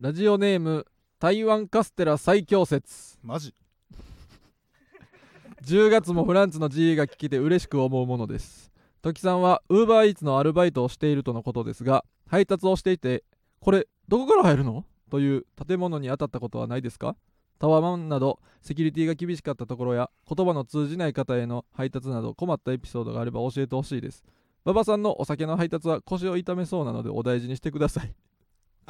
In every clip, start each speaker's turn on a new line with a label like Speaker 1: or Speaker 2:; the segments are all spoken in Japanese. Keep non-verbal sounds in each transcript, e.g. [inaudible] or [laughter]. Speaker 1: ラジオネーム台湾カステラ最強説
Speaker 2: マジ
Speaker 1: 10月もフランツの GE が聞けて嬉しく思うものです時さんは UberEats のアルバイトをしているとのことですが配達をしていてこれどこから入るのという建物に当たったことはないですかタワマンなどセキュリティが厳しかったところや言葉の通じない方への配達など困ったエピソードがあれば教えてほしいです馬場さんのお酒の配達は腰を痛めそうなのでお大事にしてください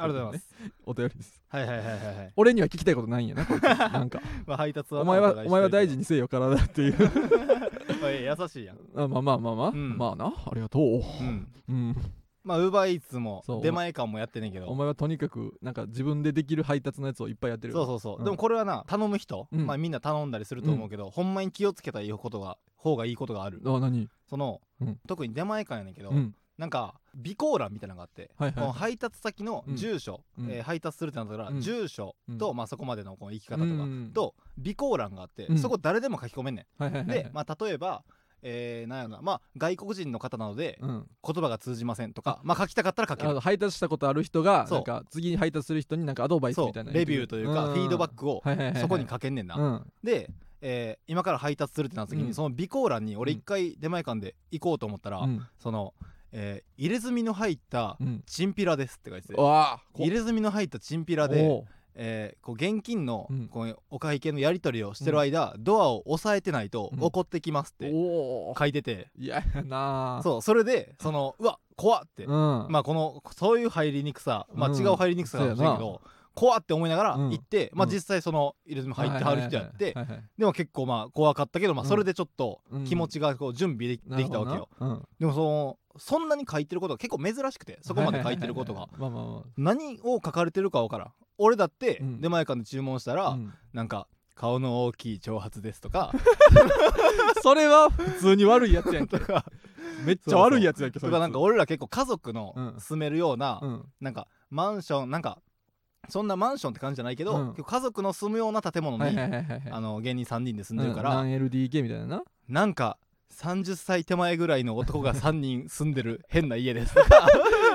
Speaker 2: ありがとうございます、
Speaker 1: お便りです
Speaker 2: はいはいはいはいはい
Speaker 1: 俺には聞きたいことないんやなこいつなんか
Speaker 2: まあ配達は
Speaker 1: お前はお前は大事
Speaker 2: に
Speaker 1: にせよ体っていう
Speaker 2: [laughs] 優しいやん
Speaker 1: あまあまあまあまあ、
Speaker 2: うん
Speaker 1: まあなありがとう
Speaker 2: うん
Speaker 1: うん
Speaker 2: まあウーバーイーツも
Speaker 1: そう
Speaker 2: 出前館もやってんねんけど
Speaker 1: お前はとにかくなんか自分でできる配達のやつをいっぱいやってる
Speaker 2: そうそうそう、
Speaker 1: うん
Speaker 2: でもこれはな頼む人、
Speaker 1: うん
Speaker 2: まあ、みんな頼んだりすると思うけど、ほんまに気をつけたことが方がいいことがある
Speaker 1: あ何
Speaker 2: その、
Speaker 1: うん
Speaker 2: 特に出前館やねんけど、
Speaker 1: うん
Speaker 2: なんか備考欄みたいなのがあって、
Speaker 1: はいはい
Speaker 2: この配達先の
Speaker 1: うん
Speaker 2: 住所、
Speaker 1: うん
Speaker 2: えー配達するってなったら、
Speaker 1: うん
Speaker 2: 住所と、
Speaker 1: う
Speaker 2: まあ、そこまでのこの行き方とか、
Speaker 1: うん
Speaker 2: と備考欄があって、
Speaker 1: うん
Speaker 2: そこ誰でも書き込めんね
Speaker 1: はいはいは
Speaker 2: ん、
Speaker 1: い [laughs]
Speaker 2: で、まあ、例えばえー、なんやろなまあ外国人の方なので
Speaker 1: うん、
Speaker 2: 言葉が通じませんとか、まあ書きたかったら書け
Speaker 1: あ
Speaker 2: る
Speaker 1: の配達したことある人が
Speaker 2: そう
Speaker 1: なんか次に配達する人になんかアドバイス
Speaker 2: そ
Speaker 1: みたいうな
Speaker 2: レビューというかフィードバックを
Speaker 1: ク
Speaker 2: そこに書けんねんな、
Speaker 1: うん
Speaker 2: で、えー今から配達するってなった時に、
Speaker 1: うん
Speaker 2: その備考欄に俺
Speaker 1: うん
Speaker 2: 一回出前館で行こうと思ったら、
Speaker 1: うん
Speaker 2: その、えー入れ墨の入った
Speaker 1: うん
Speaker 2: チンピラですって書いてて
Speaker 1: うわあ
Speaker 2: 入れ墨の入ったチンピラで、
Speaker 1: おう
Speaker 2: えーこう現金の、
Speaker 1: うん
Speaker 2: こうお会計のやり取りをしてる間、ドアを押さえてないと
Speaker 1: うん
Speaker 2: 怒ってきますって
Speaker 1: おお
Speaker 2: 書いてて、
Speaker 1: いややな
Speaker 2: そうそれで
Speaker 1: [laughs]
Speaker 2: そのうわ怖って、
Speaker 1: うんま
Speaker 2: まあこのそういう入りにくさ、まあ、
Speaker 1: うん
Speaker 2: 違う入りにくさかもしれん
Speaker 1: そ
Speaker 2: け
Speaker 1: う
Speaker 2: ど、怖って思いながら
Speaker 1: うん
Speaker 2: 行って、まあ
Speaker 1: うん
Speaker 2: 実際その入れ墨入ってはる人やって、
Speaker 1: はいはいはい
Speaker 2: でも結構まあ怖かったけど、まあ、
Speaker 1: うん
Speaker 2: それでちょっと
Speaker 1: うん
Speaker 2: 気持ちがこう準備でき,、
Speaker 1: なる
Speaker 2: き
Speaker 1: ほ
Speaker 2: た
Speaker 1: ど
Speaker 2: わ
Speaker 1: な
Speaker 2: けよ
Speaker 1: うん
Speaker 2: でもそのそんなに書いてることが結構珍しくてそこまで書いてることが
Speaker 1: はいはいはいはいまあまあまあ
Speaker 2: 何を書かれてるか分からん俺だって
Speaker 1: うん
Speaker 2: 出前館で注文したら、
Speaker 1: うん
Speaker 2: なんか顔の大きい長髪ですとか [laughs]
Speaker 1: それは普通に悪いやつやん [laughs] け
Speaker 2: とか
Speaker 1: めっちゃ悪いやつやんけ
Speaker 2: とかなんか
Speaker 1: そい
Speaker 2: 俺ら結構家族の
Speaker 1: うん
Speaker 2: 住めるような、
Speaker 1: つうん
Speaker 2: なんかマンションなんかそんなマンションって感じじゃないけど、
Speaker 1: うん
Speaker 2: 結構家族の住むような建物に、
Speaker 1: はいはいはいはいはい
Speaker 2: あの芸人3人で住んでるから、
Speaker 1: うん、LDK みたいなな
Speaker 2: なんか30歳手前ぐらいの男が3人住んでる変な家です [laughs] とか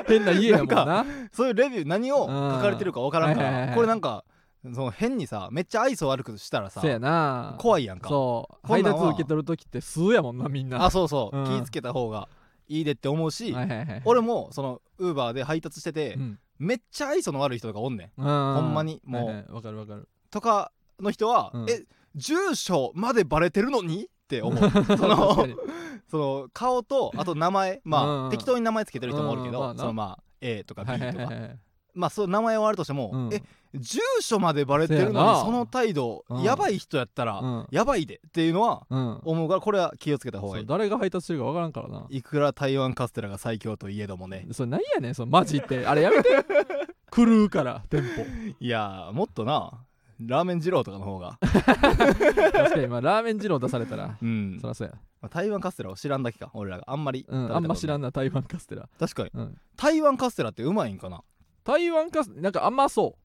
Speaker 1: 変な家やもんな
Speaker 2: なそういうレビュー何を書かれてるか分からんか
Speaker 1: うんはいはいは
Speaker 2: ら
Speaker 1: い
Speaker 2: これなんかその変にさめっちゃ愛想悪くしたらさ
Speaker 1: そうやな
Speaker 2: 怖いやんか
Speaker 1: そう
Speaker 2: こ
Speaker 1: 配
Speaker 2: んなん
Speaker 1: 達
Speaker 2: は
Speaker 1: 受け取る時って数やもんなみんな
Speaker 2: あそうそう、
Speaker 1: うん
Speaker 2: 気ぃつけた方がいいでって思うし、
Speaker 1: はいはいはいはい
Speaker 2: 俺もそのウーバーで配達してて、
Speaker 1: うん
Speaker 2: めっちゃ愛想の悪い人とかおんねん
Speaker 1: ほ
Speaker 2: んまにもう
Speaker 1: わ、かるわかる
Speaker 2: とかの人は、
Speaker 1: うん
Speaker 2: え住所までバレてるのにって思うそ
Speaker 1: [laughs] 確か
Speaker 2: の
Speaker 1: に
Speaker 2: その顔とあと名前まあ、
Speaker 1: うん
Speaker 2: 適当に名前つけてる人もおるけど、
Speaker 1: うんまあな
Speaker 2: そのまあ A とか B と
Speaker 1: は
Speaker 2: か、
Speaker 1: いはいはいはい
Speaker 2: まあそう名前はあるとしても、
Speaker 1: うん
Speaker 2: え住所までバレてる
Speaker 1: せや
Speaker 2: の
Speaker 1: な
Speaker 2: にその態度、
Speaker 1: うん
Speaker 2: やばい人やったら、
Speaker 1: うん
Speaker 2: やばいでっていうのは
Speaker 1: うん
Speaker 2: 思うからこれは気をつけた方が
Speaker 1: そ
Speaker 2: いうい
Speaker 1: 誰が配達してるかわからんからない
Speaker 2: くら台湾カステラが最強といえどもね
Speaker 1: それなんやねんそのマジってあれや [laughs] めて狂うから店舗
Speaker 2: いやーもっとなラーメン二郎とかの方が
Speaker 1: 確かにまあラーメン二郎出されたら
Speaker 2: うん
Speaker 1: [laughs] そらそうや
Speaker 2: まあ台湾カステラを知らんだけか俺らがあんまり
Speaker 1: うんあんま知ら
Speaker 2: ん
Speaker 1: んな台湾カステラ
Speaker 2: 確かに
Speaker 1: うん
Speaker 2: 台湾カステラってうまいんかな
Speaker 1: 台湾カスなんか甘そ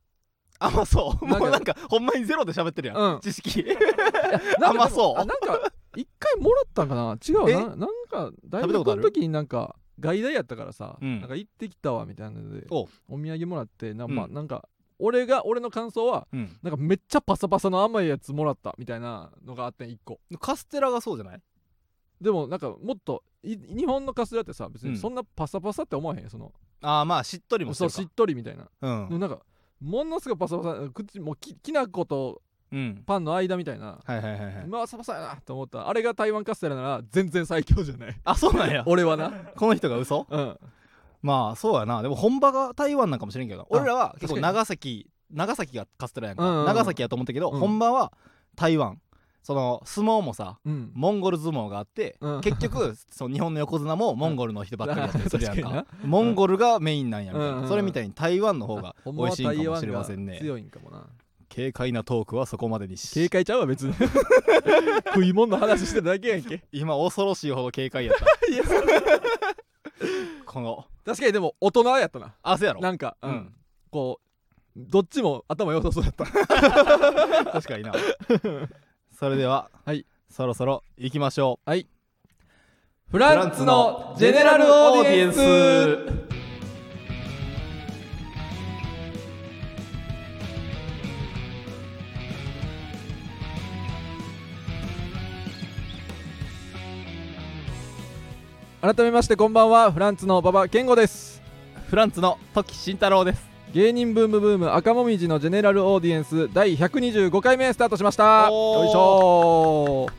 Speaker 2: あまあそう
Speaker 1: なんか
Speaker 2: もうなんかほんまにゼロで喋ってるやん、
Speaker 1: うん
Speaker 2: 知識
Speaker 1: うなんか
Speaker 2: [laughs] 甘そう
Speaker 1: あなんか一回もらったんかな違う
Speaker 2: え
Speaker 1: ななんか大
Speaker 2: 食べた
Speaker 1: 学
Speaker 2: ことあ
Speaker 1: の
Speaker 2: る
Speaker 1: 時になんか外大やったからさ、
Speaker 2: うん
Speaker 1: なんか行ってきたわみたいなので
Speaker 2: お
Speaker 1: お土産もらってな,、まあ
Speaker 2: うん
Speaker 1: なんか俺が俺の感想は
Speaker 2: うん
Speaker 1: なんかめっちゃパサパサの甘いやつもらったみたいなのがあってん1個
Speaker 2: カステラがそうじゃない
Speaker 1: でもなんかもっとい日本のカステラってさ別
Speaker 2: う
Speaker 1: に
Speaker 2: ん
Speaker 1: そんなパサパサって思わへんよその、
Speaker 2: ああまあしっとりもして
Speaker 1: そう
Speaker 2: るか
Speaker 1: しっとりみたいな、
Speaker 2: うん
Speaker 1: でもなんかものすごいパサパサ口もうききな粉と
Speaker 2: うん。
Speaker 1: パンの間みたいな
Speaker 2: はいはいはいはい。
Speaker 1: まあサパサやなと思ったあれが台湾カステラなら全然最強じゃない
Speaker 2: あ、そうなんや。
Speaker 1: 俺はな
Speaker 2: この人が嘘
Speaker 1: うん
Speaker 2: まあそうやな。でも本場が台湾なんかもしれんけど、俺らは
Speaker 1: 確か
Speaker 2: 結構
Speaker 1: に
Speaker 2: 長崎、長崎がカステラやんか。
Speaker 1: うんうんうん
Speaker 2: 長崎やと思ったけど、
Speaker 1: うん
Speaker 2: 本場は台湾。その相撲もさ、
Speaker 1: うん
Speaker 2: モンゴル相撲があって、
Speaker 1: うん
Speaker 2: 結局その日本の横綱もモンゴルの人ばっかりだったり [laughs] するやん
Speaker 1: 確か
Speaker 2: か。モンゴルがメインなんやみたいな、
Speaker 1: うんうんうん
Speaker 2: それみたいに台湾の方が美味しいんかもしれません
Speaker 1: ほまは台湾が
Speaker 2: ね。
Speaker 1: 強いんかもな
Speaker 2: 軽快なトークはそこまでに
Speaker 1: 警
Speaker 2: し。
Speaker 1: 戒ちゃうわ別に [laughs] 食い物の話してるだけやんけ
Speaker 2: 今恐ろしいほど軽快やった。
Speaker 1: [laughs] いや
Speaker 2: この、
Speaker 1: 確かにでも大人やったな
Speaker 2: あ、そうやろ。
Speaker 1: なんか、
Speaker 2: う
Speaker 1: うんん、こうどっちも頭良さそうだった
Speaker 2: 確かにな [laughs] それでは、
Speaker 1: はい
Speaker 2: そろそろ行きましょ
Speaker 1: フ
Speaker 2: う
Speaker 1: ランツのジェネラルオーディエンス改めましてこんばんはフランツの馬場健吾です
Speaker 2: フランツの時慎太郎です
Speaker 1: 芸人ブームブーム赤もみじのジェネラルオーディエンス第125回目スタートしました
Speaker 2: おー
Speaker 1: よいしょー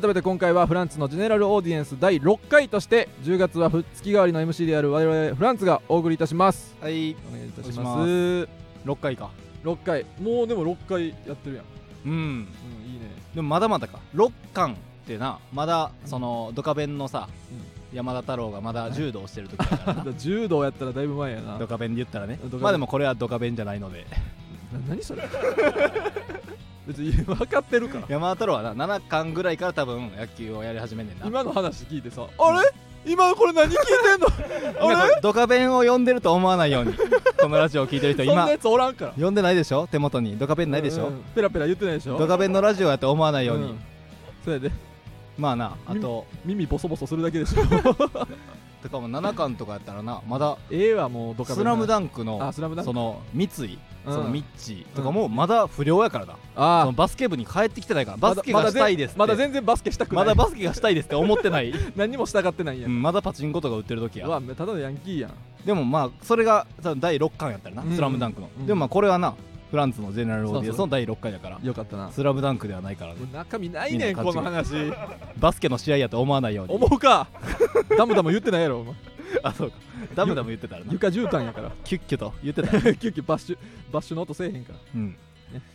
Speaker 1: 改めて今回はフランツのジェネラルオーディエンス第6回として10月はふ月替わりの MC である我々フランツがお送りいたします
Speaker 2: はい
Speaker 1: お願いいたし
Speaker 2: お
Speaker 1: ま
Speaker 2: 願
Speaker 1: す
Speaker 2: 6回か
Speaker 1: 6回もうでも6回やってるやん、
Speaker 2: うん
Speaker 1: うん、いいね [laughs]
Speaker 2: でもまだまだか6巻ってなまだそのドカベンのさ、山田太郎がまだ柔道をしてる時だから
Speaker 1: ただ柔道やったらだいぶ前やな
Speaker 2: ドカベンで言ったらね
Speaker 1: ドカベン
Speaker 2: まあでもこれはドカベンじゃないので
Speaker 1: な何それ [laughs] 別に分かってるから
Speaker 2: 山田太郎はな7巻ぐらいから多分野球をやり始めんねんな
Speaker 1: 今の話聞いてさあれ今これ何聞いてんの
Speaker 2: みんな
Speaker 1: あ
Speaker 2: こ
Speaker 1: れ
Speaker 2: れドカベンを読んでると思わな
Speaker 1: [laughs]
Speaker 2: いようにこのラジオを聞いてる人
Speaker 1: そんな
Speaker 2: 今
Speaker 1: やつおらんから
Speaker 2: 読んでないでしょ手元にドカベンないでしょ、
Speaker 1: うんうんペラペラ言ってないでしょ
Speaker 2: ドカベンのラジオやと思わないように、
Speaker 1: んそうやで
Speaker 2: まあなあと
Speaker 1: 耳ボソボソするだけでしょ
Speaker 2: とかも7巻とかやったらなまだ
Speaker 1: ええわもう
Speaker 2: 「
Speaker 1: ドカベ
Speaker 2: ス
Speaker 1: ン
Speaker 2: ラム
Speaker 1: ン
Speaker 2: ダンクの
Speaker 1: あスラムダンク
Speaker 2: その三井
Speaker 1: うん
Speaker 2: そのミッチーとかもまだ不良やからだ、その
Speaker 1: あ
Speaker 2: バスケ部に帰ってきてないから
Speaker 1: あ
Speaker 2: バスケがしたいですって
Speaker 1: まだ全然バスケしたくな
Speaker 2: ま
Speaker 1: い
Speaker 2: だバスケがしたいですって思っ
Speaker 1: [laughs]
Speaker 2: てない、
Speaker 1: 何にも従ってないんや
Speaker 2: う、んまだパチンコとか売ってる時
Speaker 1: うわ
Speaker 2: や
Speaker 1: ただのヤンキーやん
Speaker 2: でもまあそれが多分第6巻やったらな「
Speaker 1: うん
Speaker 2: スラムダンクの、
Speaker 1: うん
Speaker 2: でもまあこれはなフランスのジェネラルオーディエンス
Speaker 1: そうそ
Speaker 2: の第6巻やから
Speaker 1: よかったな
Speaker 2: 「スラムダンクではないからね
Speaker 1: 中身ないねん
Speaker 2: みん
Speaker 1: こ
Speaker 2: な勘違い
Speaker 1: の話
Speaker 2: [laughs] バスケの試合やと思わないように
Speaker 1: 思うかダムダム言ってないやろお前
Speaker 2: あそうかダムダム言ってたらな
Speaker 1: 床絨毯やから
Speaker 2: キュッキュと言ってたら、
Speaker 1: キュッキュバッシュバッシュの音せえへんから
Speaker 2: うん、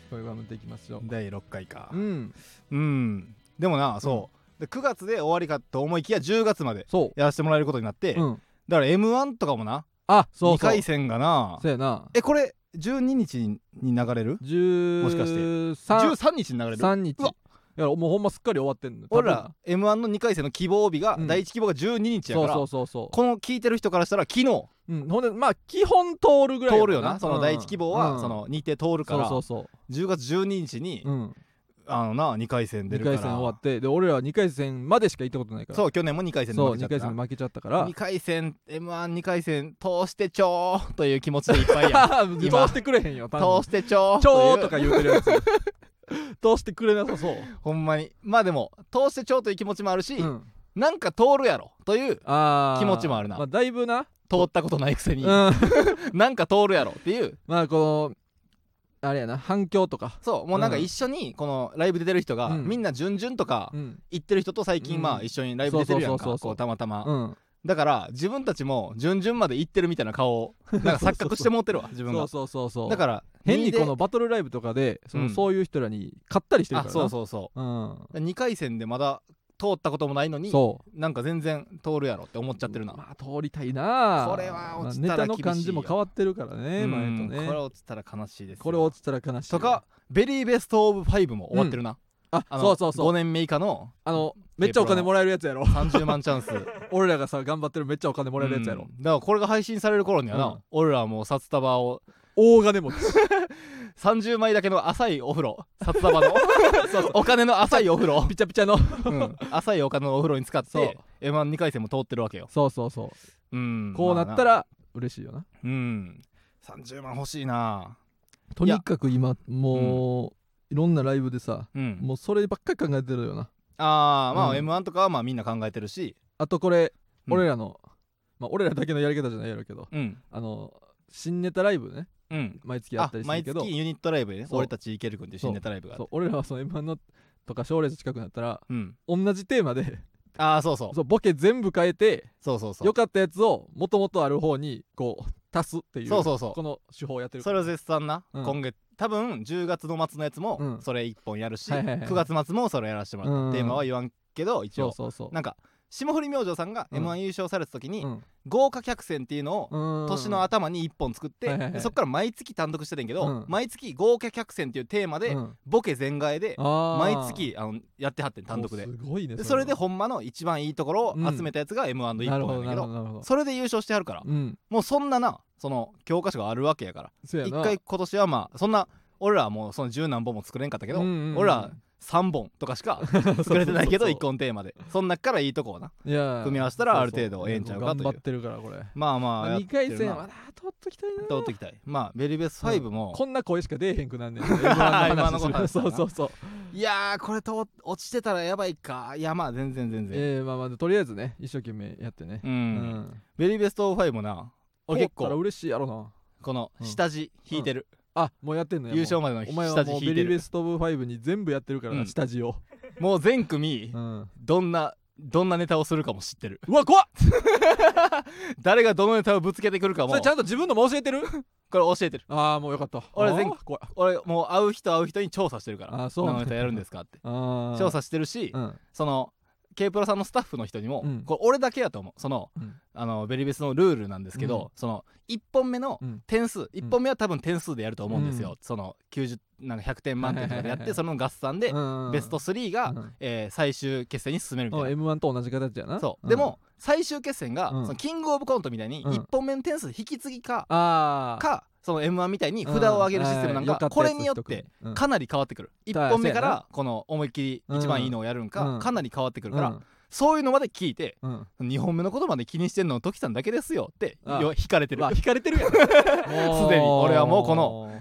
Speaker 1: これは見ていきましょ
Speaker 2: 第6回か
Speaker 1: ううん
Speaker 2: うんでもなそう、で9月で終わりかと思いきや10月まで
Speaker 1: そ
Speaker 2: やらせてもらえることになって、
Speaker 1: ううん
Speaker 2: だから m 1とかもな
Speaker 1: あそう
Speaker 2: 2
Speaker 1: そう
Speaker 2: 回戦がな
Speaker 1: そうやな
Speaker 2: えこれ12日に流れる
Speaker 1: も
Speaker 2: もしかして
Speaker 1: 13
Speaker 2: 13日に流れる
Speaker 1: 3日
Speaker 2: うわ
Speaker 1: いやもうほんますっかり終わってんの
Speaker 2: 俺ら m 1の2回戦の希望日が、
Speaker 1: うん
Speaker 2: 第1希望が12日や
Speaker 1: 多分
Speaker 2: から
Speaker 1: そうそうそうそ
Speaker 2: この聞いてる人からしたら昨日
Speaker 1: う、うん、ほんでまあ基本通るぐらい
Speaker 2: 通るよなその第1
Speaker 1: 一
Speaker 2: 希望は、その日程通るから
Speaker 1: そうそうそ
Speaker 2: 10月12日に、
Speaker 1: う、うん、
Speaker 2: あのな2回戦出
Speaker 1: 2
Speaker 2: るから
Speaker 1: 回戦終わってで俺らは2回戦までしか行ったことないから
Speaker 2: そう去年も2回戦で
Speaker 1: そう
Speaker 2: 負けち
Speaker 1: 2
Speaker 2: ゃ
Speaker 1: 回
Speaker 2: ったな
Speaker 1: 戦で負けちゃったから
Speaker 2: 2回戦 m 1 2回戦通してちょーという気持ちでいっぱいや
Speaker 1: あー通
Speaker 2: 今
Speaker 1: してくれへん [laughs] よ多分
Speaker 2: 通してちょー
Speaker 1: ちょー
Speaker 2: と
Speaker 1: と
Speaker 2: か
Speaker 1: か言うてるや
Speaker 2: [laughs]
Speaker 1: つ通してくれなさそう、
Speaker 2: ほんまにまあでも通してちょーという気持ちもあるし、
Speaker 1: うん、
Speaker 2: なんか通るやろという
Speaker 1: あー
Speaker 2: 気持ちもあるな
Speaker 1: まあ、だいぶな、
Speaker 2: 通ったことないくせ
Speaker 1: う
Speaker 2: に、
Speaker 1: ん、 [laughs] ま
Speaker 2: なんか通るやろっていう
Speaker 1: あこのあれやな反響とか、
Speaker 2: そうもうなんか一緒にこのライブで出てる人が、
Speaker 1: うん
Speaker 2: みんな順々とか
Speaker 1: うん
Speaker 2: 行ってる人と最近
Speaker 1: う
Speaker 2: まあ
Speaker 1: ん
Speaker 2: 一緒にライブ出てるやん
Speaker 1: そうそうそう
Speaker 2: か
Speaker 1: そう
Speaker 2: こうたまたま、
Speaker 1: うん、
Speaker 2: だから自分たちも順々まで行ってるみたいな顔
Speaker 1: [laughs]
Speaker 2: をなんか錯覚して持ってるわ自分
Speaker 1: そ
Speaker 2: が
Speaker 1: うそうそうそう
Speaker 2: だから
Speaker 1: 変にこの
Speaker 2: 2
Speaker 1: バトルライブとかでその、
Speaker 2: うん
Speaker 1: そういう人らに勝ったりして
Speaker 2: で
Speaker 1: るか
Speaker 2: あ
Speaker 1: らな
Speaker 2: そうそうそ
Speaker 1: う、
Speaker 2: う
Speaker 1: う
Speaker 2: 2回戦でまだ通ったこともないの
Speaker 1: ん、
Speaker 2: に
Speaker 1: そう
Speaker 2: なんか全然通るやろって思っちゃってるな、
Speaker 1: まあ通りたいな
Speaker 2: これは落ちた
Speaker 1: まあ
Speaker 2: ら
Speaker 1: ネタの感じも
Speaker 2: 厳しいよ
Speaker 1: 変わってるからね
Speaker 2: うん
Speaker 1: 前とね
Speaker 2: これ落ちたら悲しいですよ
Speaker 1: これ落ちたら悲しい
Speaker 2: とかベリーベストオブファイブも終わってるな、
Speaker 1: あ
Speaker 2: あの
Speaker 1: そうそうそ
Speaker 2: 5
Speaker 1: う
Speaker 2: 年目以下の
Speaker 1: あのめっちゃお金もらえるやつやろ
Speaker 2: 30万チャンス
Speaker 1: 俺らがさ頑張ってるめっちゃお金もらえるやつやろ、
Speaker 2: うんだからこれが配信される頃にはな、
Speaker 1: うん
Speaker 2: 俺らはもう札束を
Speaker 1: 大金持ち
Speaker 2: 30枚だけの浅いお風呂札束
Speaker 1: [laughs]
Speaker 2: のお金の浅いお風呂、
Speaker 1: ピチャピチャの
Speaker 2: うん浅いお金のお風呂に使っ
Speaker 1: そう
Speaker 2: て m 1 2回戦も通ってるわけよ、
Speaker 1: そうそうそう
Speaker 2: うん
Speaker 1: こうなった
Speaker 2: まあ
Speaker 1: ら嬉しいよな
Speaker 2: なうん30万欲しいな
Speaker 1: とにかく今もういろんなライブでさ
Speaker 2: うん
Speaker 1: もうそればっかり考えてるよな
Speaker 2: ああまあ、
Speaker 1: うん
Speaker 2: m 1とかはまあみんな考えてるし
Speaker 1: あとこれ
Speaker 2: うん
Speaker 1: 俺らのまあ俺らだけのやり方じゃないやろうけど
Speaker 2: うん
Speaker 1: あの新ネタライブね
Speaker 2: うん
Speaker 1: 毎月やっ
Speaker 2: あ
Speaker 1: たりする
Speaker 2: 毎
Speaker 1: けど
Speaker 2: 月ユニットライブでね
Speaker 1: そう
Speaker 2: 俺たちイケル君っていう新ネタライブがあ
Speaker 1: そ
Speaker 2: っ
Speaker 1: う
Speaker 2: て
Speaker 1: 俺らはその m 1のとか賞レース近くなったら
Speaker 2: うん
Speaker 1: 同じテーマで
Speaker 2: ああそうそう
Speaker 1: そうボケ全部変えて
Speaker 2: そうそうそう
Speaker 1: 良かったやつをもともとある方にこう足すっていう
Speaker 2: そうそうそう
Speaker 1: この手法をやってる
Speaker 2: それを絶賛な、
Speaker 1: うん
Speaker 2: 今月多分10月の末のやつ
Speaker 1: う
Speaker 2: も
Speaker 1: ん
Speaker 2: それ1本やるし、
Speaker 1: はいはいはい
Speaker 2: 9月末もそれやらせてもらった、
Speaker 1: うん
Speaker 2: テーマは言わんけど一
Speaker 1: そ
Speaker 2: 応
Speaker 1: うそうそう
Speaker 2: なんか霜降り明星さんが
Speaker 1: うん
Speaker 2: m 1優勝された時に、
Speaker 1: うん
Speaker 2: 豪華客船っていうのを、
Speaker 1: うん
Speaker 2: 年の頭に1本作って、
Speaker 1: はいはいはい
Speaker 2: でそっから毎月単独してたんやけど、
Speaker 1: うん
Speaker 2: 毎月豪華客船っていうテーマで、
Speaker 1: うん
Speaker 2: ボケ全開で
Speaker 1: あー
Speaker 2: 毎月あのやってはってん単独で
Speaker 1: おすごいね
Speaker 2: でそれで
Speaker 1: は
Speaker 2: ほんまの一番いいところを集めたやつが m 1の一
Speaker 1: なるほ
Speaker 2: 本
Speaker 1: ど
Speaker 2: な
Speaker 1: なる
Speaker 2: んだけど,、
Speaker 1: ほどなるほど
Speaker 2: それで優勝してはるから
Speaker 1: うん
Speaker 2: もうそんななその教科書があるわけやから
Speaker 1: そうや
Speaker 2: 一
Speaker 1: な
Speaker 2: 回今年はまあそんな俺らはもうその十何本も作れんかったけど、
Speaker 1: うんうんうん
Speaker 2: 俺ら3本とかし
Speaker 1: [laughs]
Speaker 2: か作れてないけど
Speaker 1: そうそうそう
Speaker 2: 1個のテーマでそん中からいいとこをない
Speaker 1: や
Speaker 2: 組み合わせたらある程度ええんちゃうかという
Speaker 1: 頑張ってるからこれ
Speaker 2: まあまあやっ
Speaker 1: 2
Speaker 2: てるな
Speaker 1: 回戦はな通っときたいな
Speaker 2: 通っていきたいまあベリーベース5も、
Speaker 1: こんな声しか出えへんくなんねん [laughs]
Speaker 2: 今
Speaker 1: M1
Speaker 2: の
Speaker 1: の
Speaker 2: こ
Speaker 1: 話
Speaker 2: と
Speaker 1: するそうそうそう
Speaker 2: いやーこれと落ちてたらやばいかいやまあ全然全然、
Speaker 1: えー、まあまあとりあえずね一生懸命やってね
Speaker 2: う、
Speaker 1: うん
Speaker 2: ベリーベスト5もな俺結
Speaker 1: 通ったら
Speaker 2: 構
Speaker 1: 嬉しいやろな
Speaker 2: この
Speaker 1: うん
Speaker 2: 下地引いてる、
Speaker 1: あもうやってんのや
Speaker 2: 優勝までの
Speaker 1: お前
Speaker 2: 下
Speaker 1: は
Speaker 2: 地
Speaker 1: もう
Speaker 2: 引
Speaker 1: ベ
Speaker 2: いて
Speaker 1: リーベ
Speaker 2: る
Speaker 1: ストオブ5に全部やってるから
Speaker 2: うん
Speaker 1: な下地を
Speaker 2: もう全組
Speaker 1: うん
Speaker 2: どんなどんなネタをするかも知ってる
Speaker 1: うわ怖っ
Speaker 2: 誰がどのネタをぶつけてくるか
Speaker 1: そ
Speaker 2: も
Speaker 1: れちゃんと自分のも教えてる
Speaker 2: これ教えてる
Speaker 1: ああもうよかった
Speaker 2: 俺全
Speaker 1: あー怖い
Speaker 2: 俺もう会う人会う人に調査してるから
Speaker 1: あそう
Speaker 2: 何のネタやるんですかって
Speaker 1: あー
Speaker 2: 調査してるし、
Speaker 1: うん
Speaker 2: その K プロさんのスタッフの人にも、
Speaker 1: うん
Speaker 2: これ俺だけやと思うその
Speaker 1: うん
Speaker 2: あのベリーベスのルールなんですけど、
Speaker 1: うん
Speaker 2: その1本目の
Speaker 1: うん
Speaker 2: 点数、1本目は多分点数でやると思うんですよ、
Speaker 1: うん
Speaker 2: その90なんか100点満点と
Speaker 1: [laughs]
Speaker 2: かでやっ
Speaker 1: はいはいはいは
Speaker 2: て
Speaker 1: い
Speaker 2: その合算で
Speaker 1: うん
Speaker 2: ベスト3が、
Speaker 1: うん
Speaker 2: えー最終決戦に進めるみたいな、
Speaker 1: M1 と同じ形やな
Speaker 2: そう、
Speaker 1: ん
Speaker 2: でも最終決戦が、
Speaker 1: うん
Speaker 2: そのキングオブコントみたいに
Speaker 1: うん
Speaker 2: 1本目の点数引き継ぎか、
Speaker 1: ああ
Speaker 2: かその m 1みたいに札を上げるシステムなんか,、これによってかなり変わってくる
Speaker 1: だ
Speaker 2: 1本目か
Speaker 1: そうや
Speaker 2: らこの思いっきり一番いいのをやるんか、
Speaker 1: うん
Speaker 2: かなり変わってくる
Speaker 1: う
Speaker 2: から、
Speaker 1: ん
Speaker 2: そういうのまで聞いて
Speaker 1: うんうん
Speaker 2: 2本目のことまで気にしてんのトキさんだけですよって
Speaker 1: ああ
Speaker 2: よ引かれてる
Speaker 1: まあ引かれてる
Speaker 2: [laughs]
Speaker 1: やんす
Speaker 2: でに俺はもうこの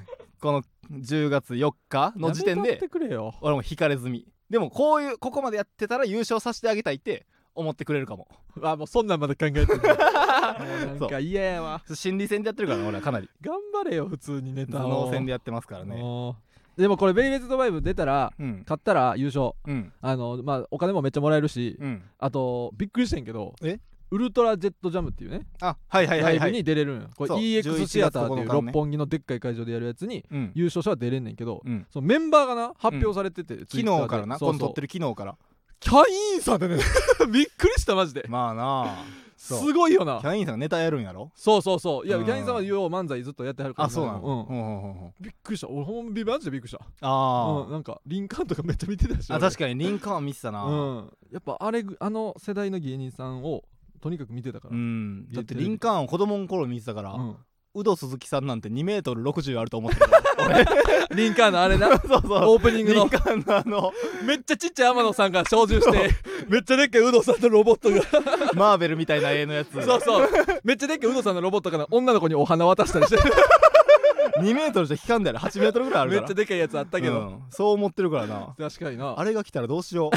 Speaker 2: この10月4日の時点
Speaker 1: やめ
Speaker 2: で
Speaker 1: とってくれよ
Speaker 2: 俺も引かれ済みでもこういうここまでやってたら優勝させてあげたいって思ってくれるかも
Speaker 1: あもうそんなんまで考えてる [laughs] もうなんか嫌やわ
Speaker 2: 心理戦でやってるからね俺はか
Speaker 1: [laughs]
Speaker 2: なり
Speaker 1: 頑張れよ普通にネタ
Speaker 2: 頭
Speaker 1: を
Speaker 2: 脳戦でやってますからね
Speaker 1: おーでもこれベイベーズドバイブ出たら
Speaker 2: うん
Speaker 1: 勝ったら優勝
Speaker 2: うん
Speaker 1: あのまあお金もめっちゃもらえるし
Speaker 2: うん
Speaker 1: あとびっくりしてんけど
Speaker 2: え
Speaker 1: ウルトラジェットジャムっていうね
Speaker 2: あはいはい
Speaker 1: ラ
Speaker 2: はい
Speaker 1: イ
Speaker 2: は
Speaker 1: ブ
Speaker 2: い
Speaker 1: に出れるんよこれ
Speaker 2: そう
Speaker 1: EX シアターってい
Speaker 2: 11月
Speaker 1: う
Speaker 2: 9日のね
Speaker 1: 六本木のでっかい会場でやるやつに
Speaker 2: うん
Speaker 1: 優勝者は出れんねんけど
Speaker 2: うん
Speaker 1: そのメンバーがな発表されてて昨
Speaker 2: 昨日からなこの撮ってる昨日から
Speaker 1: キャインさんでね [laughs] びっくりしたマジで
Speaker 2: まあなあ
Speaker 1: [laughs] す
Speaker 2: そう
Speaker 1: ごいよ
Speaker 2: キ
Speaker 1: な
Speaker 2: ャインさんがネタやるんやろ
Speaker 1: そうそうそういや
Speaker 2: うん
Speaker 1: キャインさんはよう漫才ずっとやってはるから
Speaker 2: あそうな
Speaker 1: 今
Speaker 2: の
Speaker 1: でもう
Speaker 2: ほ
Speaker 1: ん
Speaker 2: うほうほうほう
Speaker 1: びっくりした俺ほんまにマジでびっくりした
Speaker 2: あ
Speaker 1: う
Speaker 2: ー
Speaker 1: んなんかリンカーンとかめっちゃ見てたし
Speaker 2: あ確
Speaker 1: か
Speaker 2: かにリンカーン見てたな
Speaker 1: うんやっぱあれぐあの世代の芸人さんをとにかく見てたか
Speaker 2: う
Speaker 1: ら
Speaker 2: ん、だってリンカーンを子供の頃見てたから、
Speaker 1: うん
Speaker 2: ウド鈴木さんなんて2メートル60あると思ってたから
Speaker 1: リンカーンのあれ [laughs] な
Speaker 2: [laughs] そうそう
Speaker 1: オープニング
Speaker 2: リ
Speaker 1: の
Speaker 2: ンカーンのあの
Speaker 1: めっちゃちっちゃい天野さんが操縦してめっちゃでっかいウドさんのロボットが
Speaker 2: マーベルみたいな絵のやつ
Speaker 1: そうそうめっちゃでっかいウドさんのロボットから女の子にお花渡したりして
Speaker 2: 2メートルじゃ効かんだよ8メートルぐらいある
Speaker 1: めっ
Speaker 2: から
Speaker 1: ちゃでっかいやつあったけど、
Speaker 2: うんそう思ってるからな
Speaker 1: 確かにな
Speaker 2: あれが来たらどうし [laughs] よう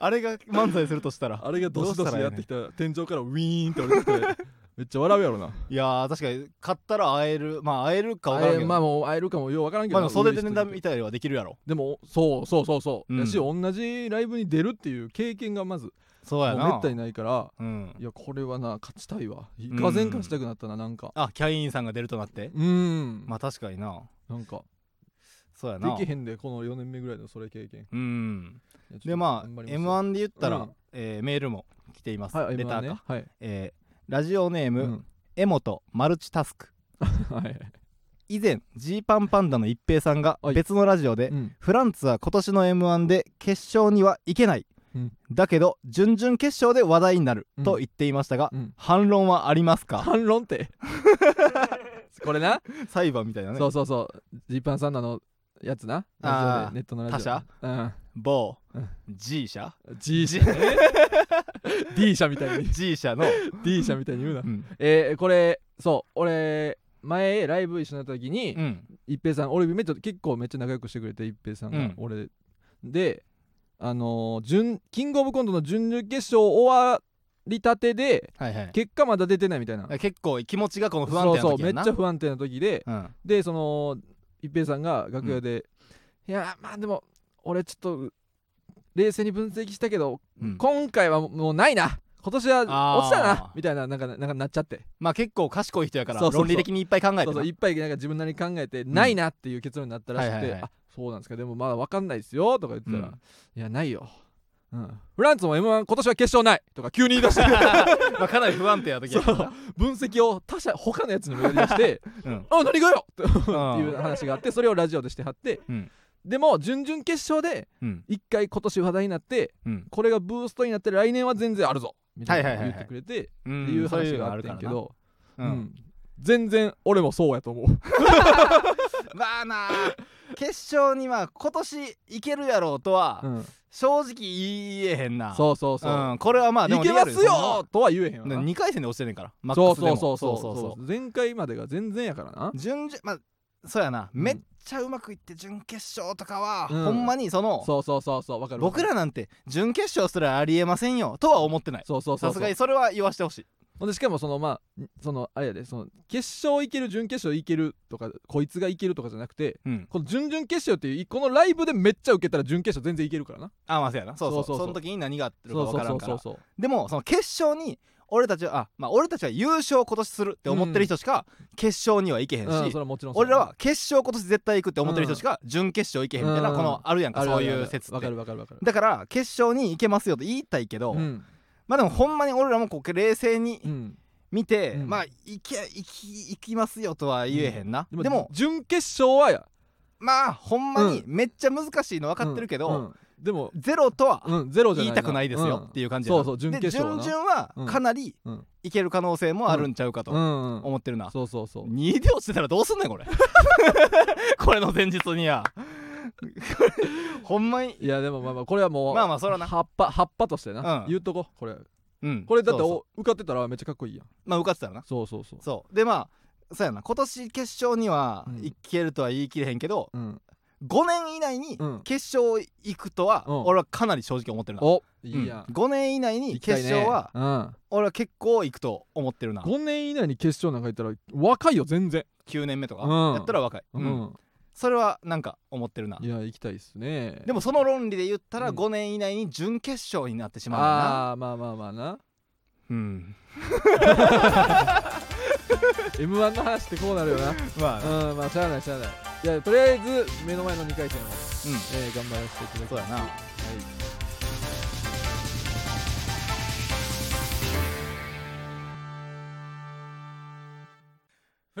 Speaker 2: あれが漫才するとしたら
Speaker 1: あれがどしど
Speaker 2: どうした
Speaker 1: し
Speaker 2: ら
Speaker 1: や
Speaker 2: や
Speaker 1: っ
Speaker 2: ねん
Speaker 1: てきたら天井からウィーンって降りてきてめっちゃ笑うや [laughs] ろない
Speaker 2: やー確かに買ったら会えるまあ会えるか分からんけど、
Speaker 1: ま
Speaker 2: ま
Speaker 1: あ
Speaker 2: あ
Speaker 1: もう会えるかもよう分からんけ
Speaker 2: で
Speaker 1: ど
Speaker 2: も
Speaker 1: な
Speaker 2: 袖でネタ
Speaker 1: ウイルスとい
Speaker 2: み
Speaker 1: う
Speaker 2: たいのはできるやろ
Speaker 1: でもそうそうそうそう、
Speaker 2: うん
Speaker 1: だし同じライブに出るっていう経験がまず
Speaker 2: そうや
Speaker 1: もうめ
Speaker 2: な
Speaker 1: ったにないから
Speaker 2: うん
Speaker 1: いやこれはな勝ちたいわがぜん勝ちたくなったななんか
Speaker 2: あキャインさんが出るとなって
Speaker 1: うん
Speaker 2: まあ確かにな
Speaker 1: なんか
Speaker 2: そうやな
Speaker 1: できへんでこの4年目ぐらいのそれ経験
Speaker 2: うん
Speaker 1: いやちょっ
Speaker 2: で
Speaker 1: と
Speaker 2: まあ
Speaker 1: 頑張り
Speaker 2: m
Speaker 1: ます
Speaker 2: 1で言ったら、
Speaker 1: うん
Speaker 2: えーメールも来ています、
Speaker 1: はい
Speaker 2: レ
Speaker 1: M1
Speaker 2: ターか、
Speaker 1: ねはい、
Speaker 2: えーラジオネー
Speaker 1: う
Speaker 2: ム、
Speaker 1: ん、
Speaker 2: エモとマルチタスク
Speaker 1: はい、
Speaker 2: 以前ジーパンパンダの一平さんが
Speaker 1: はい
Speaker 2: 別のラジオで、
Speaker 1: [laughs] うん、
Speaker 2: フランツは今年の m 1で決勝には行けない、
Speaker 1: うん
Speaker 2: だけど準々決勝で話題になる、
Speaker 1: うん
Speaker 2: と言っていましたが、
Speaker 1: うん
Speaker 2: 反論はありま
Speaker 1: [laughs]
Speaker 2: すか
Speaker 1: [laughs] 反論ってこれな
Speaker 2: 裁判みたいなね
Speaker 1: そうそうそうジーパンさんのあのやつなラジ
Speaker 2: あー
Speaker 1: オでネットのラジオ
Speaker 2: 他某 G 社
Speaker 1: うん G 社 [laughs] D 社みたいに
Speaker 2: G 社の、
Speaker 1: D 社みたいに言うな
Speaker 2: うん
Speaker 1: えー、これそう俺前ライブ一緒になった時に、
Speaker 2: うん
Speaker 1: 一平さん俺めっちゃ結構めっちゃ仲良くしてくれて一平さんが、
Speaker 2: うん
Speaker 1: 俺であのー準キングオブコントの準々決勝終わりたてで
Speaker 2: はいはい
Speaker 1: 結果まだ出てないみたいな
Speaker 2: 結構気持ちがこの不安
Speaker 1: そう
Speaker 2: 定な
Speaker 1: そう
Speaker 2: 時
Speaker 1: め
Speaker 2: や
Speaker 1: っち
Speaker 2: な
Speaker 1: ゃ不安定な時で
Speaker 2: うん
Speaker 1: でその一平さんが楽屋で、いやまあでも俺ちょっと冷静に分析したけど、
Speaker 2: うん
Speaker 1: 今回はもうないな今年
Speaker 2: あー
Speaker 1: は落ちたなみたいななんかなんかなっちゃって
Speaker 2: まあ結構賢い人やから
Speaker 1: そうそうそう
Speaker 2: 論理的にいっぱい考えてな
Speaker 1: そうそういっぱいなんか自分なりに考えて、ないなっていう結論になったらしくて、
Speaker 2: はいはいはい
Speaker 1: あそうなんですかでもまだ分かんないですよとか言ってたら、
Speaker 2: うん
Speaker 1: いやないよ、うん、フランツも m 1今年は決勝ないとか急に言い出して
Speaker 2: [laughs] まあかなり不安定な時や
Speaker 1: そう分析を他社他のやつにもやりだして
Speaker 2: [laughs] うん
Speaker 1: あ何がよと
Speaker 2: うん
Speaker 1: いう話があってそれをラジオでしてはって、
Speaker 2: うん
Speaker 1: でも準々決勝で
Speaker 2: うん
Speaker 1: 一回今年話題になって
Speaker 2: うん
Speaker 1: これがブーストになって来年は全然あるぞみたい
Speaker 2: はい
Speaker 1: な
Speaker 2: はい
Speaker 1: 言
Speaker 2: はい
Speaker 1: っ
Speaker 2: はい
Speaker 1: てくれて、
Speaker 2: うん
Speaker 1: っていう
Speaker 2: そうい
Speaker 1: 話
Speaker 2: うの
Speaker 1: が
Speaker 2: あ
Speaker 1: あっ
Speaker 2: る
Speaker 1: て
Speaker 2: から
Speaker 1: んけ
Speaker 2: な
Speaker 1: ど、
Speaker 2: うん
Speaker 1: 全然俺もそうやと思う
Speaker 2: まあな決勝には今年いけるやろうとは
Speaker 1: うん
Speaker 2: 正直言えへんな
Speaker 1: そうそうそう、
Speaker 2: ん、これはまあで
Speaker 1: い
Speaker 2: も
Speaker 1: けます
Speaker 2: リアル
Speaker 1: よとは言えへんよな
Speaker 2: 2回戦で落ちてんねんからマッ
Speaker 1: そ
Speaker 2: ク
Speaker 1: う
Speaker 2: スで
Speaker 1: そ
Speaker 2: も
Speaker 1: うそうそうそう前回までが全然やからな
Speaker 2: 準々まあそうやな、
Speaker 1: うん
Speaker 2: めっちゃうまくいって準決勝とかは、
Speaker 1: うん
Speaker 2: ほんまにその
Speaker 1: そうそうそうそうわかるわか
Speaker 2: 僕
Speaker 1: る
Speaker 2: らなんて準決勝すらありえませんよとは思ってない
Speaker 1: そうそうそう
Speaker 2: さす
Speaker 1: そ
Speaker 2: が
Speaker 1: う
Speaker 2: にそれは言わしてほしい
Speaker 1: ほんでしかもそのまあそのあれやでその決勝いける準決勝いけるとかこいつがいけるとかじゃなくて
Speaker 2: うん
Speaker 1: この準々決勝っていうこのライブでめっちゃ受けたら準決勝全然いけるからな
Speaker 2: あまあそうやなそうそう
Speaker 1: そ
Speaker 2: そう
Speaker 1: そうそう
Speaker 2: の時に何があってるか
Speaker 1: そう
Speaker 2: 分
Speaker 1: そ
Speaker 2: か
Speaker 1: う
Speaker 2: ら
Speaker 1: そ
Speaker 2: ん
Speaker 1: う
Speaker 2: か
Speaker 1: そ
Speaker 2: ら
Speaker 1: うそう
Speaker 2: でもその決勝に俺たちはあまあ俺たちは優勝今年するって思ってる人しか決勝には行けへんし、
Speaker 1: うんそれはもちろんそう
Speaker 2: 俺らは決勝今年絶対行くって思ってる人しか準決勝行けへんみたいな、
Speaker 1: うん
Speaker 2: このあるやんか、
Speaker 1: あるあ
Speaker 2: そう
Speaker 1: るある
Speaker 2: いう説っ
Speaker 1: わか
Speaker 2: て
Speaker 1: るわかるわかる
Speaker 2: だから決勝に行けますよと言いたいけど、
Speaker 1: うん
Speaker 2: まあでもほんまに俺らもこう冷静に
Speaker 1: うん
Speaker 2: 見て、
Speaker 1: うん
Speaker 2: まあ行け行き行きますよとは言えへんな、でも
Speaker 1: 準決勝はや
Speaker 2: まあほんまに
Speaker 1: う
Speaker 2: めっちゃ難しいの分かってるけど、
Speaker 1: うんうんでも
Speaker 2: ゼロとは
Speaker 1: うんゼロじゃ
Speaker 2: 言
Speaker 1: ない
Speaker 2: いたくないですよって
Speaker 1: い
Speaker 2: いう感じや
Speaker 1: そ
Speaker 2: な
Speaker 1: うそう準
Speaker 2: で
Speaker 1: 決
Speaker 2: 準
Speaker 1: 勝はな
Speaker 2: 々は
Speaker 1: うん
Speaker 2: かなり
Speaker 1: うん
Speaker 2: いける可能性もあるんちゃうかと
Speaker 1: うんうん
Speaker 2: 思ってるな、
Speaker 1: そうそうそう
Speaker 2: 2で落ちてたらどうすんねんこ
Speaker 1: [laughs]
Speaker 2: れこれの前日にやほんまに
Speaker 1: いやでもまあまあこれはもう
Speaker 2: まあまあそらな
Speaker 1: 葉っぱ葉っぱとしてな、
Speaker 2: うん
Speaker 1: 言っとここれ
Speaker 2: うん
Speaker 1: これだって
Speaker 2: そう
Speaker 1: お受かってたらめっちゃかっこいいやん
Speaker 2: そうまあ受かってたらな
Speaker 1: そうそうそう
Speaker 2: そうでまあそうやな今年決勝には
Speaker 1: うん
Speaker 2: いけるとは言い切れへんけど、
Speaker 1: うん
Speaker 2: 5年以内に
Speaker 1: うん
Speaker 2: 決勝行くとは
Speaker 1: うん
Speaker 2: 俺はかなり正直思ってるな、
Speaker 1: お
Speaker 2: う
Speaker 1: い
Speaker 2: ん
Speaker 1: いやん、
Speaker 2: 5年以内に
Speaker 1: 行きたい
Speaker 2: 決
Speaker 1: ね
Speaker 2: 勝は
Speaker 1: うん
Speaker 2: 俺は結構行くと思ってるな
Speaker 1: 5年以内に決勝なんか行ったら若いよ全然
Speaker 2: 9年目とか
Speaker 1: うん
Speaker 2: やったら若い、
Speaker 1: うん、
Speaker 2: うんそれはなんか思ってるない
Speaker 1: や行きたいっすね
Speaker 2: でもその論理で言ったら
Speaker 1: うん
Speaker 2: 5年以内に準決勝になってしまうな、
Speaker 1: ああーまあまあまあな
Speaker 2: うん、
Speaker 1: m 1の話ってこうなるよなう
Speaker 2: まあ、うん
Speaker 1: んまあしゃあないしゃあないいやとりあえず目の前の2回戦を、えー頑張らせていただき
Speaker 2: そう
Speaker 1: ま
Speaker 2: やな
Speaker 1: すはいフ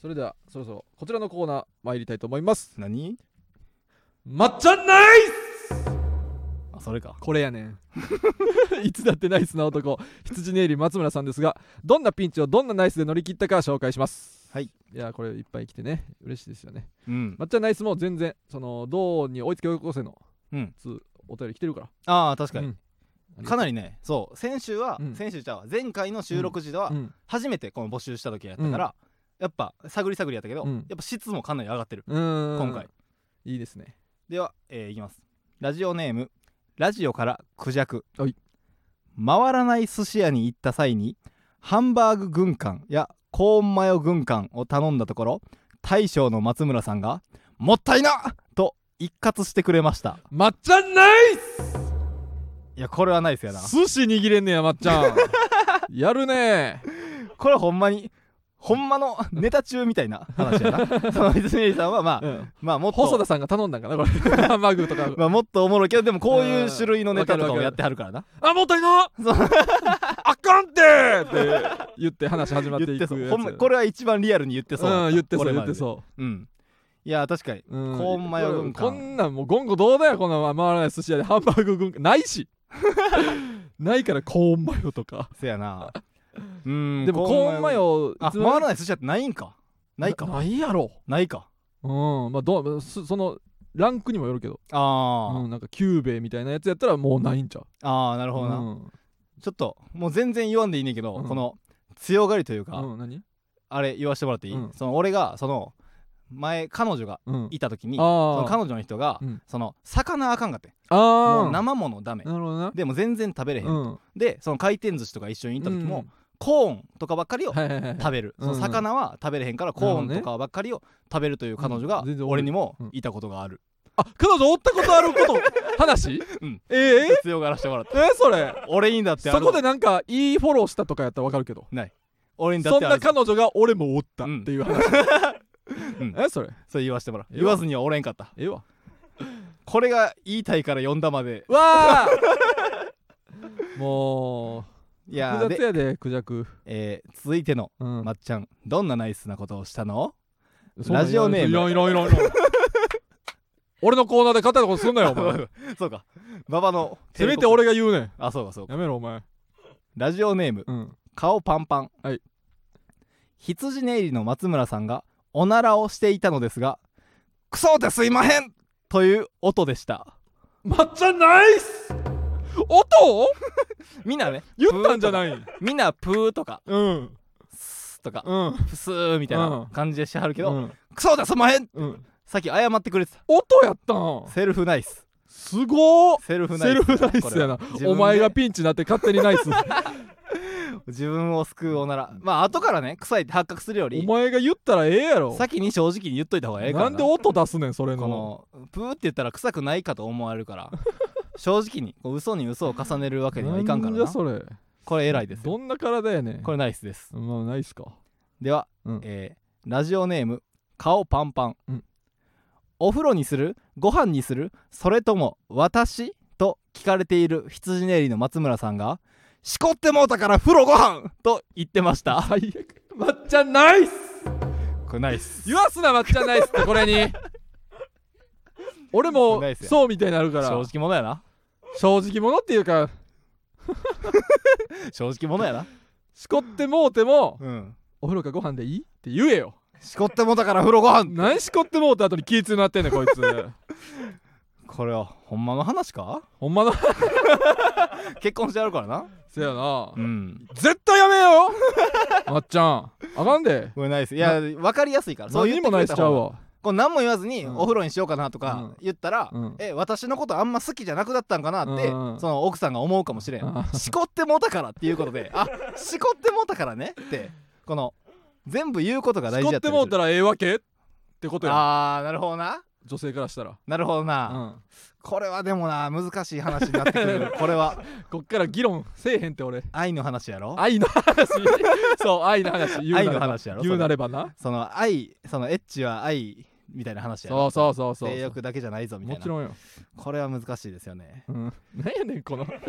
Speaker 1: それではそろそろこちらのコーナー参りたいと思います
Speaker 2: 何
Speaker 1: まっちゃんナイス
Speaker 2: あそれか
Speaker 1: これやねん [laughs] いつだってナイスな男羊ネイリ松村さんですがどんなピンチをどんなナイスで乗り切ったか紹介します
Speaker 2: はい
Speaker 1: いやこれいっぱい来てね嬉しいですよね
Speaker 2: うん、
Speaker 1: まっちゃんナイスも全然その銅に追いつけ追い越せの
Speaker 2: うん、
Speaker 1: つお便り来てるから
Speaker 2: ああ確かに、
Speaker 1: うん
Speaker 2: かなりねそう先週は、
Speaker 1: うん
Speaker 2: 先週ちゃうわ前回の収録時では
Speaker 1: うん
Speaker 2: 初めてこの募集した時やったから、やっぱ探り探りやったけど、
Speaker 1: うん
Speaker 2: やっぱ質もかなり上がってる、
Speaker 1: うーん
Speaker 2: 今回
Speaker 1: いいですね
Speaker 2: では、えーいきますラジオネームラジオからクジャク
Speaker 1: はい
Speaker 2: 回らない寿司屋に行った際にハンバーグ軍艦やコーンマヨ軍艦を頼んだところ大将の松村さんが「もったいな!」と一括してくれました
Speaker 1: まっちゃんナイ
Speaker 2: いやこれはないですよな
Speaker 1: ス寿司握れんねやまっちゃ
Speaker 2: [laughs]
Speaker 1: んやるね
Speaker 2: これはほんまにほんまのネタ中みたいな [laughs] 話やなその泉井さんはまあ、
Speaker 1: うん
Speaker 2: まあもっ
Speaker 1: 細
Speaker 2: と
Speaker 1: 田さんが頼んだんかなこれ
Speaker 2: [laughs]
Speaker 1: ハンバーグとか
Speaker 2: まあもっとおもろいけどでもこういううん種類のネタ
Speaker 1: わ
Speaker 2: とか
Speaker 1: かるわか
Speaker 2: を
Speaker 1: る
Speaker 2: やってはるからな
Speaker 1: あもったいな
Speaker 2: そう
Speaker 1: あかんてーって言って話始まって
Speaker 2: 言
Speaker 1: いく
Speaker 2: って
Speaker 1: やつ
Speaker 2: そうほんまこれは一番リアルに言ってそうやた
Speaker 1: うん言ってそ
Speaker 2: こ
Speaker 1: う
Speaker 2: れ
Speaker 1: 言
Speaker 2: ま
Speaker 1: っ
Speaker 2: で
Speaker 1: てそう
Speaker 2: うんいや確かに
Speaker 1: う、うん、
Speaker 2: コーンマヨ軍艦
Speaker 1: こんなんもう言語道断やこんなん回らない寿司屋でハンバーグ軍艦ない
Speaker 2: [laughs]
Speaker 1: しないからコーンマヨとか
Speaker 2: せやな
Speaker 1: [laughs]
Speaker 2: うん
Speaker 1: でもコーンマヨ
Speaker 2: あ
Speaker 1: いつ
Speaker 2: 回
Speaker 1: の間
Speaker 2: ら
Speaker 1: に
Speaker 2: ない寿司屋ってないんかないか
Speaker 1: なないやろ
Speaker 2: ないか
Speaker 1: うんまあどうすそのランクにもよるけど
Speaker 2: あー
Speaker 1: うんなんかキューベみたいなやつやったらもうないんちゃう
Speaker 2: あーなるほどな
Speaker 1: うん
Speaker 2: ちょっともう全然言わんでいいねんけど
Speaker 1: うん
Speaker 2: この強がりというか
Speaker 1: うん何
Speaker 2: あれ言わしてもらっていい
Speaker 1: うん
Speaker 2: その俺がその前彼女が
Speaker 1: うん
Speaker 2: いた時に
Speaker 1: あ
Speaker 2: そ
Speaker 1: ー
Speaker 2: の彼女の人が
Speaker 1: うん
Speaker 2: その魚あかんかって
Speaker 1: あ
Speaker 2: も
Speaker 1: ー
Speaker 2: う生ものダメ
Speaker 1: なるほどな
Speaker 2: でも全然食べれへ
Speaker 1: うんん
Speaker 2: でその回転寿司とか一緒に行った時
Speaker 1: う
Speaker 2: も
Speaker 1: ん
Speaker 2: コーンとかばっかりを
Speaker 1: はいはいはい
Speaker 2: 食べる、
Speaker 1: うん
Speaker 2: その魚は食べれへんからコーンとかばっかりを食べるという彼女が
Speaker 1: うん全然俺
Speaker 2: 俺にも
Speaker 1: うん
Speaker 2: いたことがある、
Speaker 1: あ彼女おったことあること話
Speaker 2: うん
Speaker 1: えー、
Speaker 2: 強がらしてもらった
Speaker 1: えそれ
Speaker 2: 俺にだってあ
Speaker 1: そ
Speaker 2: る
Speaker 1: こでなんかいいフォローしたとかやったらわかるけど
Speaker 2: 俺にだ
Speaker 1: そ
Speaker 2: っ
Speaker 1: ん
Speaker 2: てあ
Speaker 1: な
Speaker 2: る
Speaker 1: 彼女が俺もおったっていう話、
Speaker 2: [laughs] うん
Speaker 1: えそれ
Speaker 2: それ言わしてもらう
Speaker 1: ええわ
Speaker 2: 言わずにはおれんかった
Speaker 1: ええわ
Speaker 2: これが言いたいから呼んだまで
Speaker 1: わあ [laughs] もう
Speaker 2: いやー
Speaker 1: 複雑
Speaker 2: で、
Speaker 1: やでクジャク、
Speaker 2: えー続いての
Speaker 1: うん
Speaker 2: まっちゃんどんなナイスなことをしたの [laughs]
Speaker 1: そんなん
Speaker 2: ラジオネーム
Speaker 1: いらんいらんいらんいらん俺のコーナーで勝ったこと
Speaker 2: [laughs]
Speaker 1: すんなよお前
Speaker 2: そうか馬場の
Speaker 1: せめて俺が言うねん
Speaker 2: あそうかそうか
Speaker 1: やめろお前
Speaker 2: ラジオネーム
Speaker 1: うん
Speaker 2: 顔パンパン、
Speaker 1: はい
Speaker 2: 羊ネイリの松村さんがおならをしていたのですが「クソですいまへん!」という音でした
Speaker 1: 抹茶ナイス音
Speaker 2: みんなね
Speaker 1: 言ったんじゃない
Speaker 2: みんなプーとか
Speaker 1: うん
Speaker 2: スーとか
Speaker 1: うん
Speaker 2: プスーみたいうなん感じでしてはるけど「
Speaker 1: うん
Speaker 2: クソですいまへん!
Speaker 1: うん」
Speaker 2: さっき謝ってくれてた
Speaker 1: 音やったん
Speaker 2: セルフナイス
Speaker 1: すごー
Speaker 2: セルフナイス
Speaker 1: セルフナイスやな
Speaker 2: これは自分で
Speaker 1: お前がピンチになって勝手にナイス
Speaker 2: 自分を救うおならまあ後からね臭いって発覚するよ
Speaker 1: お
Speaker 2: り
Speaker 1: 前が言ったらええやろ
Speaker 2: 先に正直に言っといた方がええから
Speaker 1: なんで音出すねんそれの
Speaker 2: このプーって言ったら臭くないかと思われるから [laughs] 正直にこう嘘に嘘を重ねるわけにはいかんから
Speaker 1: じ
Speaker 2: な
Speaker 1: ゃそれ
Speaker 2: これ偉いですよ
Speaker 1: どんな体やねん
Speaker 2: これナイスです
Speaker 1: まあナイスか
Speaker 2: では、
Speaker 1: うん
Speaker 2: えーラジオネーム顔パンパン、
Speaker 1: うん
Speaker 2: お風呂にするご飯にするそれとも私と聞かれている羊ネイリの松村さんが「しこってもうたから風呂ご飯と言ってました
Speaker 1: 最悪抹茶ナイス
Speaker 2: これナイス
Speaker 1: 言わすな抹茶ナイスってこれに俺も
Speaker 2: ナイスや
Speaker 1: そうみたいになるから
Speaker 2: 正直者やな
Speaker 1: 正直者っていうか
Speaker 2: 正直者やな
Speaker 1: しこってもうても
Speaker 2: うん
Speaker 1: お風呂かご飯でいいって言えよ
Speaker 2: しこってもうたから風呂ご飯
Speaker 1: 何しこってもうた後に気ぃ強なってんねんこいつ
Speaker 2: [laughs] これはほんまの話か
Speaker 1: ほんまな
Speaker 2: 結婚してやるからな
Speaker 1: せやな、
Speaker 2: うん
Speaker 1: 絶対やめよまっちゃんあかんで
Speaker 2: これないですいや分かりやすいからそう
Speaker 1: 何に
Speaker 2: 言っ
Speaker 1: も
Speaker 2: てく
Speaker 1: な
Speaker 2: れ
Speaker 1: いしたちゃう
Speaker 2: 方が
Speaker 1: わ
Speaker 2: こう何も言わずに
Speaker 1: うん
Speaker 2: お風呂にしようかなと
Speaker 1: う
Speaker 2: か
Speaker 1: ん
Speaker 2: 言ったら
Speaker 1: うん
Speaker 2: え私のことあんま好きじゃなくなったんかなって
Speaker 1: うん
Speaker 2: その奥さんが思うかもしれん
Speaker 1: あ
Speaker 2: しこってもうたからっていうこ
Speaker 1: [laughs]
Speaker 2: とであしこってもうたからねってこの全部言うことが大
Speaker 1: し
Speaker 2: 事
Speaker 1: こ
Speaker 2: だ
Speaker 1: っ
Speaker 2: った
Speaker 1: て
Speaker 2: りす
Speaker 1: も
Speaker 2: る
Speaker 1: うたらええわけってことや
Speaker 2: あーなるほどな
Speaker 1: 女性からしたら
Speaker 2: なるほどな、
Speaker 1: うん
Speaker 2: これはでもな難しい話になってく
Speaker 1: [laughs]
Speaker 2: るこれは
Speaker 1: こっから議論せえへんって俺
Speaker 2: 愛の話やろ
Speaker 1: 愛の
Speaker 2: [laughs]
Speaker 1: 話そう愛の話言うなれば
Speaker 2: 愛の話やろ
Speaker 1: 言うなればな
Speaker 2: その愛そのエッチは愛みたいな話や
Speaker 1: そう
Speaker 2: ろ
Speaker 1: そうそうそう
Speaker 2: 性欲だけじゃないぞみたい
Speaker 1: も
Speaker 2: な
Speaker 1: ちろんよ、
Speaker 2: これは難しいですよね
Speaker 1: うん、何やねんこの [laughs]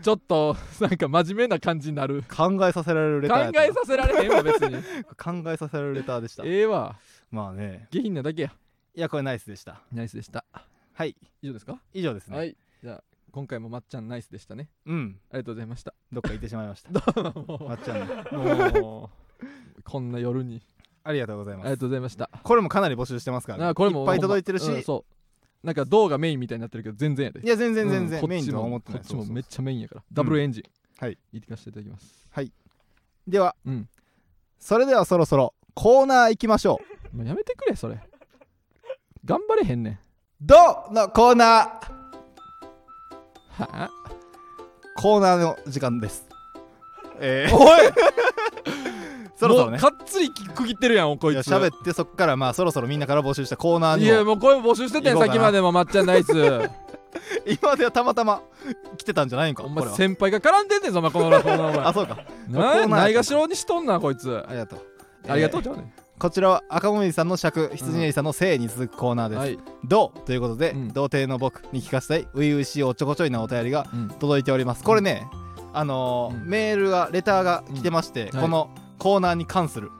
Speaker 1: ちょっとなんか真面目な感じになる
Speaker 2: 考えさせられるレ
Speaker 1: 考
Speaker 2: ターやった
Speaker 1: えさせられへんわ別に
Speaker 2: [laughs] 考えさせられるレターでした
Speaker 1: ええわ
Speaker 2: まあね
Speaker 1: 下品なだけや
Speaker 2: いやこれナイスでした
Speaker 1: ナイスでした
Speaker 2: はい
Speaker 1: 以上ですか、
Speaker 2: 以上ですね、
Speaker 1: はいじゃあ今回もまっちゃんナイスでしたね
Speaker 2: うん
Speaker 1: ありがとうございました
Speaker 2: どっか行ってしまいまし
Speaker 1: [laughs]
Speaker 2: たまっちゃんの
Speaker 1: もう [laughs] こんな夜に
Speaker 2: ありがとうござい
Speaker 1: あ
Speaker 2: ま
Speaker 1: りが
Speaker 2: す
Speaker 1: とうございました
Speaker 2: これもかなり募集してますから、
Speaker 1: あ
Speaker 2: ね、
Speaker 1: これも
Speaker 2: いっぱい届いてるし、
Speaker 1: ほんまうんそうなんか動画メインみたいになってるけど全然やで
Speaker 2: いや全然全然、
Speaker 1: うん
Speaker 2: メインとは思ってない
Speaker 1: こっちも
Speaker 2: そうそうそう
Speaker 1: めっちゃメインやからダブルエンジン、
Speaker 2: はい
Speaker 1: 行かせていただきます
Speaker 2: では
Speaker 1: うん
Speaker 2: それではそろそろコーナー行きましょう
Speaker 1: もうやめてくれそれ頑張れへんねん
Speaker 2: どうのコーナー
Speaker 1: はあ
Speaker 2: コーナーの時間ですえー、
Speaker 1: おい
Speaker 2: そろそろね
Speaker 1: もうかっつり区切ってるやんこ
Speaker 2: いや
Speaker 1: いつ
Speaker 2: 喋ってそっからまあそろそろみんなから募集したコーナー
Speaker 1: い
Speaker 2: に
Speaker 1: や
Speaker 2: も
Speaker 1: もうこれ募集しててん
Speaker 2: 行こうかな
Speaker 1: 先までもまっちゃんナイ
Speaker 2: [laughs]
Speaker 1: ス
Speaker 2: 今まではたまたま来てたんじゃないんか
Speaker 1: お
Speaker 2: これ
Speaker 1: 前
Speaker 2: は
Speaker 1: 先輩が絡んでんねんぞお前このラコーナーお前
Speaker 2: あそうか
Speaker 1: な
Speaker 2: コーナーやった
Speaker 1: ないがしろにしとんなこいつ
Speaker 2: ありがとう
Speaker 1: ありがとう
Speaker 2: え
Speaker 1: じゃあね
Speaker 2: ーこちらは赤もみじさんの尺羊ねりさんの性に続くコーナーです、
Speaker 1: はい
Speaker 2: どうということで、
Speaker 1: うん
Speaker 2: 童貞の僕に聞かせたい初々しいおちょこちょいなお便りが
Speaker 1: うん
Speaker 2: 届いておりますこれねあのー
Speaker 1: うん
Speaker 2: メールがレターが来てまして、
Speaker 1: うん
Speaker 2: このコーナーに関する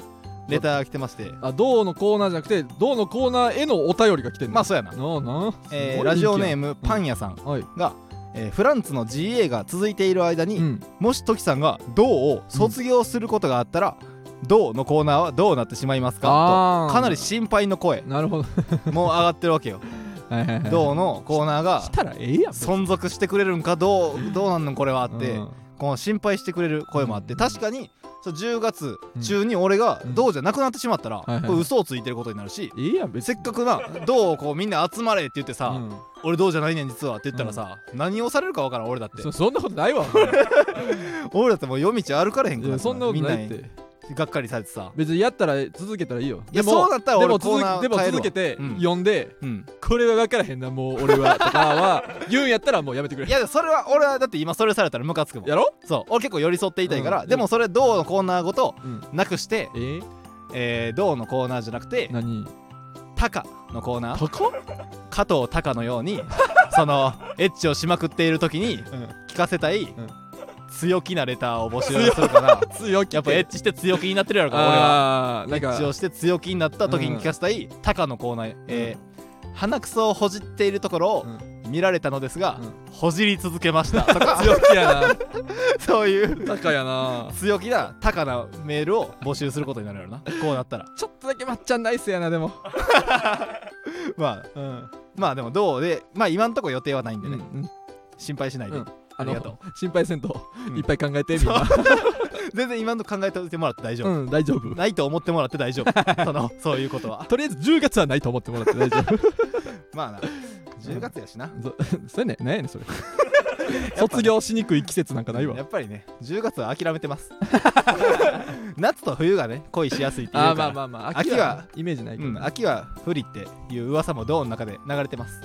Speaker 2: レターが来てまして
Speaker 1: あ銅のコーナーじゃなくて銅のコーナーへのお便りが来てんの
Speaker 2: まあそうやな、
Speaker 1: なあなあす
Speaker 2: えー
Speaker 1: ごい
Speaker 2: ラジオネー
Speaker 1: 人
Speaker 2: ムパン屋さん
Speaker 1: 気やんはい
Speaker 2: が、えーフランツの GA が続いている間に、
Speaker 1: うん
Speaker 2: もしトキさんが「どう」を卒業することがあったら「どう」のコーナーはどうなってしまいますか
Speaker 1: あ
Speaker 2: と
Speaker 1: ー
Speaker 2: かなり心配の声
Speaker 1: なるほど
Speaker 2: もう上がってる
Speaker 1: [laughs]
Speaker 2: わけよ
Speaker 1: はいはい
Speaker 2: 「
Speaker 1: はい
Speaker 2: どう」のコーナーが
Speaker 1: したらええやん
Speaker 2: 存続してくれるんかど
Speaker 1: [laughs]
Speaker 2: うどうなんのこれはって
Speaker 1: うん
Speaker 2: この心配してくれる声もあって確かにそう10月中に俺が
Speaker 1: う
Speaker 2: 「
Speaker 1: ん
Speaker 2: どう」じゃなくなってしまったら
Speaker 1: いはい
Speaker 2: これ嘘をついてることになるし
Speaker 1: ええやん別
Speaker 2: せっかくな「どう」をこうみんな集まれって言ってさ
Speaker 1: うん
Speaker 2: 「俺どうじゃないねん実は」って言ったらさ何をされるかわからん俺だって
Speaker 1: そそんなことないわお前
Speaker 2: 俺だってもう夜道歩かれへん
Speaker 1: い
Speaker 2: か
Speaker 1: や
Speaker 2: ら
Speaker 1: そんなことないっ
Speaker 2: みん
Speaker 1: て
Speaker 2: にがっかりされてさ
Speaker 1: 別にやったら続けたらいいよ
Speaker 2: いやそうだったら
Speaker 1: で
Speaker 2: 俺
Speaker 1: も
Speaker 2: コー
Speaker 1: 続
Speaker 2: ナー
Speaker 1: けでも
Speaker 2: 変える
Speaker 1: 続
Speaker 2: わ
Speaker 1: けて
Speaker 2: うん
Speaker 1: 呼んで
Speaker 2: うん
Speaker 1: これは分からへんなもう俺はとか
Speaker 2: [laughs]
Speaker 1: は言うんやったらもうやめてく
Speaker 2: い
Speaker 1: れ
Speaker 2: やそれは俺はだって今それされたらムカつくもん
Speaker 1: やろ
Speaker 2: そう俺結構寄り添っていたいから、
Speaker 1: うん
Speaker 2: でもそれ「どう」のコーナーごと
Speaker 1: うん
Speaker 2: なくして
Speaker 1: えー
Speaker 2: 「えー、どう」のコーナーじゃなくて
Speaker 1: 何
Speaker 2: 「タカ」のコーナー
Speaker 1: 高っ
Speaker 2: 加藤タカのように [laughs] そのエッチをしまくっている時に聞かせたい、
Speaker 1: ん
Speaker 2: 強気なレターを募集す
Speaker 1: [laughs]
Speaker 2: るから
Speaker 1: 強気
Speaker 2: やっぱエッチして強気になってるやろから俺は
Speaker 1: あーなん
Speaker 2: エッチ
Speaker 1: か
Speaker 2: をして強気になった時に聞かせたい、タカのコーナー、えー鼻くそをほじっているところを、
Speaker 1: うん
Speaker 2: 見られたのですが、
Speaker 1: うん
Speaker 2: ほじり続けました
Speaker 1: [laughs]
Speaker 2: とか
Speaker 1: 強気や
Speaker 2: そういう
Speaker 1: な高やな
Speaker 2: 強気な高なメールを募集することになるよなこうなったら
Speaker 1: ちょっとだけまっちゃんナイスやなでも
Speaker 2: [laughs] まあ
Speaker 1: うん
Speaker 2: まあでもどうでまあ今んとこ予定はないんでね、
Speaker 1: うん
Speaker 2: 心配しないで、
Speaker 1: うん
Speaker 2: ありがと
Speaker 1: う心配せんと
Speaker 2: うん
Speaker 1: いっぱい考えてみんな
Speaker 2: [laughs] 全然今んとこ考えておいてもらって大丈夫、
Speaker 1: うん大丈夫
Speaker 2: ないと思ってもらって大丈 [laughs] 夫そのそういうことは
Speaker 1: とりあえず10月はないと思ってもらって大丈夫
Speaker 2: まあな10月やしな [laughs]
Speaker 1: それね何やねんそれ卒業しにくい季節なんかないわ
Speaker 2: やっぱりね10月は諦めてます [laughs] 夏と冬がね恋しやすいっていうか
Speaker 1: あ
Speaker 2: ら
Speaker 1: ーまあまあまあ
Speaker 2: 秋は
Speaker 1: イメージないけ
Speaker 2: う
Speaker 1: ど
Speaker 2: ん、
Speaker 1: な、
Speaker 2: 秋は不利っていう噂もどうの中で流れてます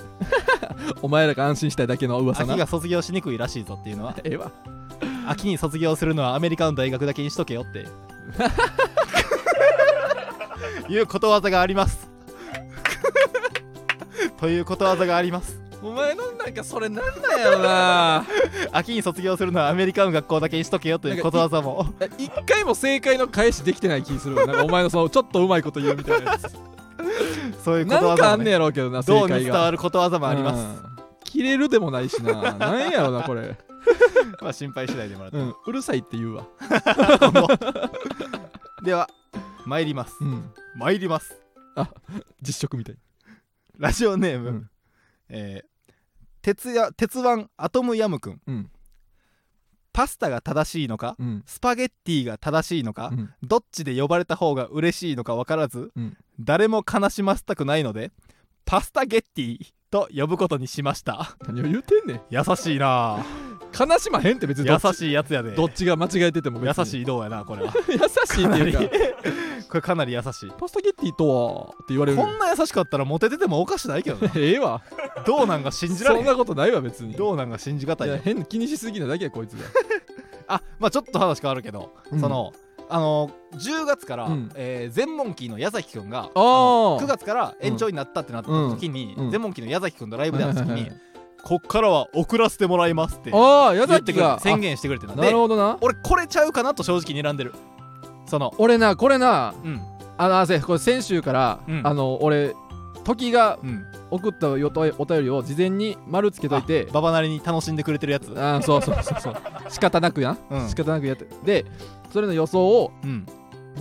Speaker 1: お前らが安心したいだけの噂
Speaker 2: 秋
Speaker 1: な
Speaker 2: が卒業しにくいらしいぞっていうのは
Speaker 1: ええわ
Speaker 2: 秋に卒業するのはアメリカの大学だけにしとけよって
Speaker 1: [laughs]
Speaker 2: いうことわざがあります [laughs] ということわざがあります
Speaker 1: お前のなんかそれなんだよな
Speaker 2: 秋に卒業するのはアメリカの学校だけにしとけよということわざも
Speaker 1: 一回も正解の返しできてない気するわなんかお前のそのちょっとうまいこと言うみたいな [laughs] やつ
Speaker 2: そういうこ
Speaker 1: な
Speaker 2: とわ
Speaker 1: ん
Speaker 2: ざ
Speaker 1: かあ
Speaker 2: も、
Speaker 1: んね
Speaker 2: ね、
Speaker 1: やろうけどな正
Speaker 2: どう
Speaker 1: 解が
Speaker 2: に伝わることわざもあります、
Speaker 1: うん切れるでもないしななんやろなこれ、
Speaker 2: まあ心配しないでもらって、
Speaker 1: うん、うるさいって言うわ、
Speaker 2: では参ります
Speaker 1: うん、
Speaker 2: 参ります
Speaker 1: 実食みたい、
Speaker 2: ラジオネーム、
Speaker 1: うん
Speaker 2: えー鉄や鉄腕アトムヤムくん、
Speaker 1: うん
Speaker 2: パスタが正しいのか
Speaker 1: うん
Speaker 2: スパゲッティが正しいのか、
Speaker 1: うん
Speaker 2: どっちで呼ばれた方が嬉しいのか分からず、
Speaker 1: うん
Speaker 2: 誰も悲しませたくないのでパスタゲッティと呼ぶことにしました
Speaker 1: 何を言うてんねん
Speaker 2: 優しいなあ
Speaker 1: 悲しまへんって別にど
Speaker 2: 優
Speaker 1: っち
Speaker 2: しいやつやで
Speaker 1: どっちが間違えてても別
Speaker 2: 優
Speaker 1: に
Speaker 2: しいどうやな
Speaker 1: [laughs]
Speaker 2: これは
Speaker 1: 優しいっていうか
Speaker 2: これかなり優しい
Speaker 1: パスタゲッティとはって言われる
Speaker 2: こんな優しかったらモテててもおかしないけどな
Speaker 1: [laughs] ええわ
Speaker 2: どうなんか信じら
Speaker 1: そん
Speaker 2: れへん
Speaker 1: なことないわ別に
Speaker 2: どうなんか信じがた
Speaker 1: い
Speaker 2: いよ
Speaker 1: や変気にしすぎなだけやこいつが
Speaker 2: あまあちょっと話変わるけど、
Speaker 1: うん
Speaker 2: そのあの10月から、
Speaker 1: うん
Speaker 2: えーゼンモンキーの矢崎くんがあ
Speaker 1: あー
Speaker 2: の9月から延長になったってなった時に、
Speaker 1: うんうん
Speaker 2: ゼンモンキーの矢崎くんとライブで会った時に、
Speaker 1: うん
Speaker 2: こっからは送らせてもらいますって言
Speaker 1: ああ矢
Speaker 2: って
Speaker 1: 崎
Speaker 2: くれ
Speaker 1: が
Speaker 2: て宣言してくれてな
Speaker 1: あ
Speaker 2: ん
Speaker 1: な
Speaker 2: で
Speaker 1: るほどな
Speaker 2: 俺これちゃうかなと正直睨んでるその
Speaker 1: 俺なこれな
Speaker 2: うん
Speaker 1: あのあせこれ先週から、
Speaker 2: うん
Speaker 1: あの俺時が
Speaker 2: うん
Speaker 1: 送ったよとお便りを事前に丸つけといて
Speaker 2: ババなりに楽しんでくれてるやつ
Speaker 1: ああそうそうそうそう [laughs] 仕方なくやな、
Speaker 2: うん
Speaker 1: 仕方なくやってでそれの予想を
Speaker 2: うん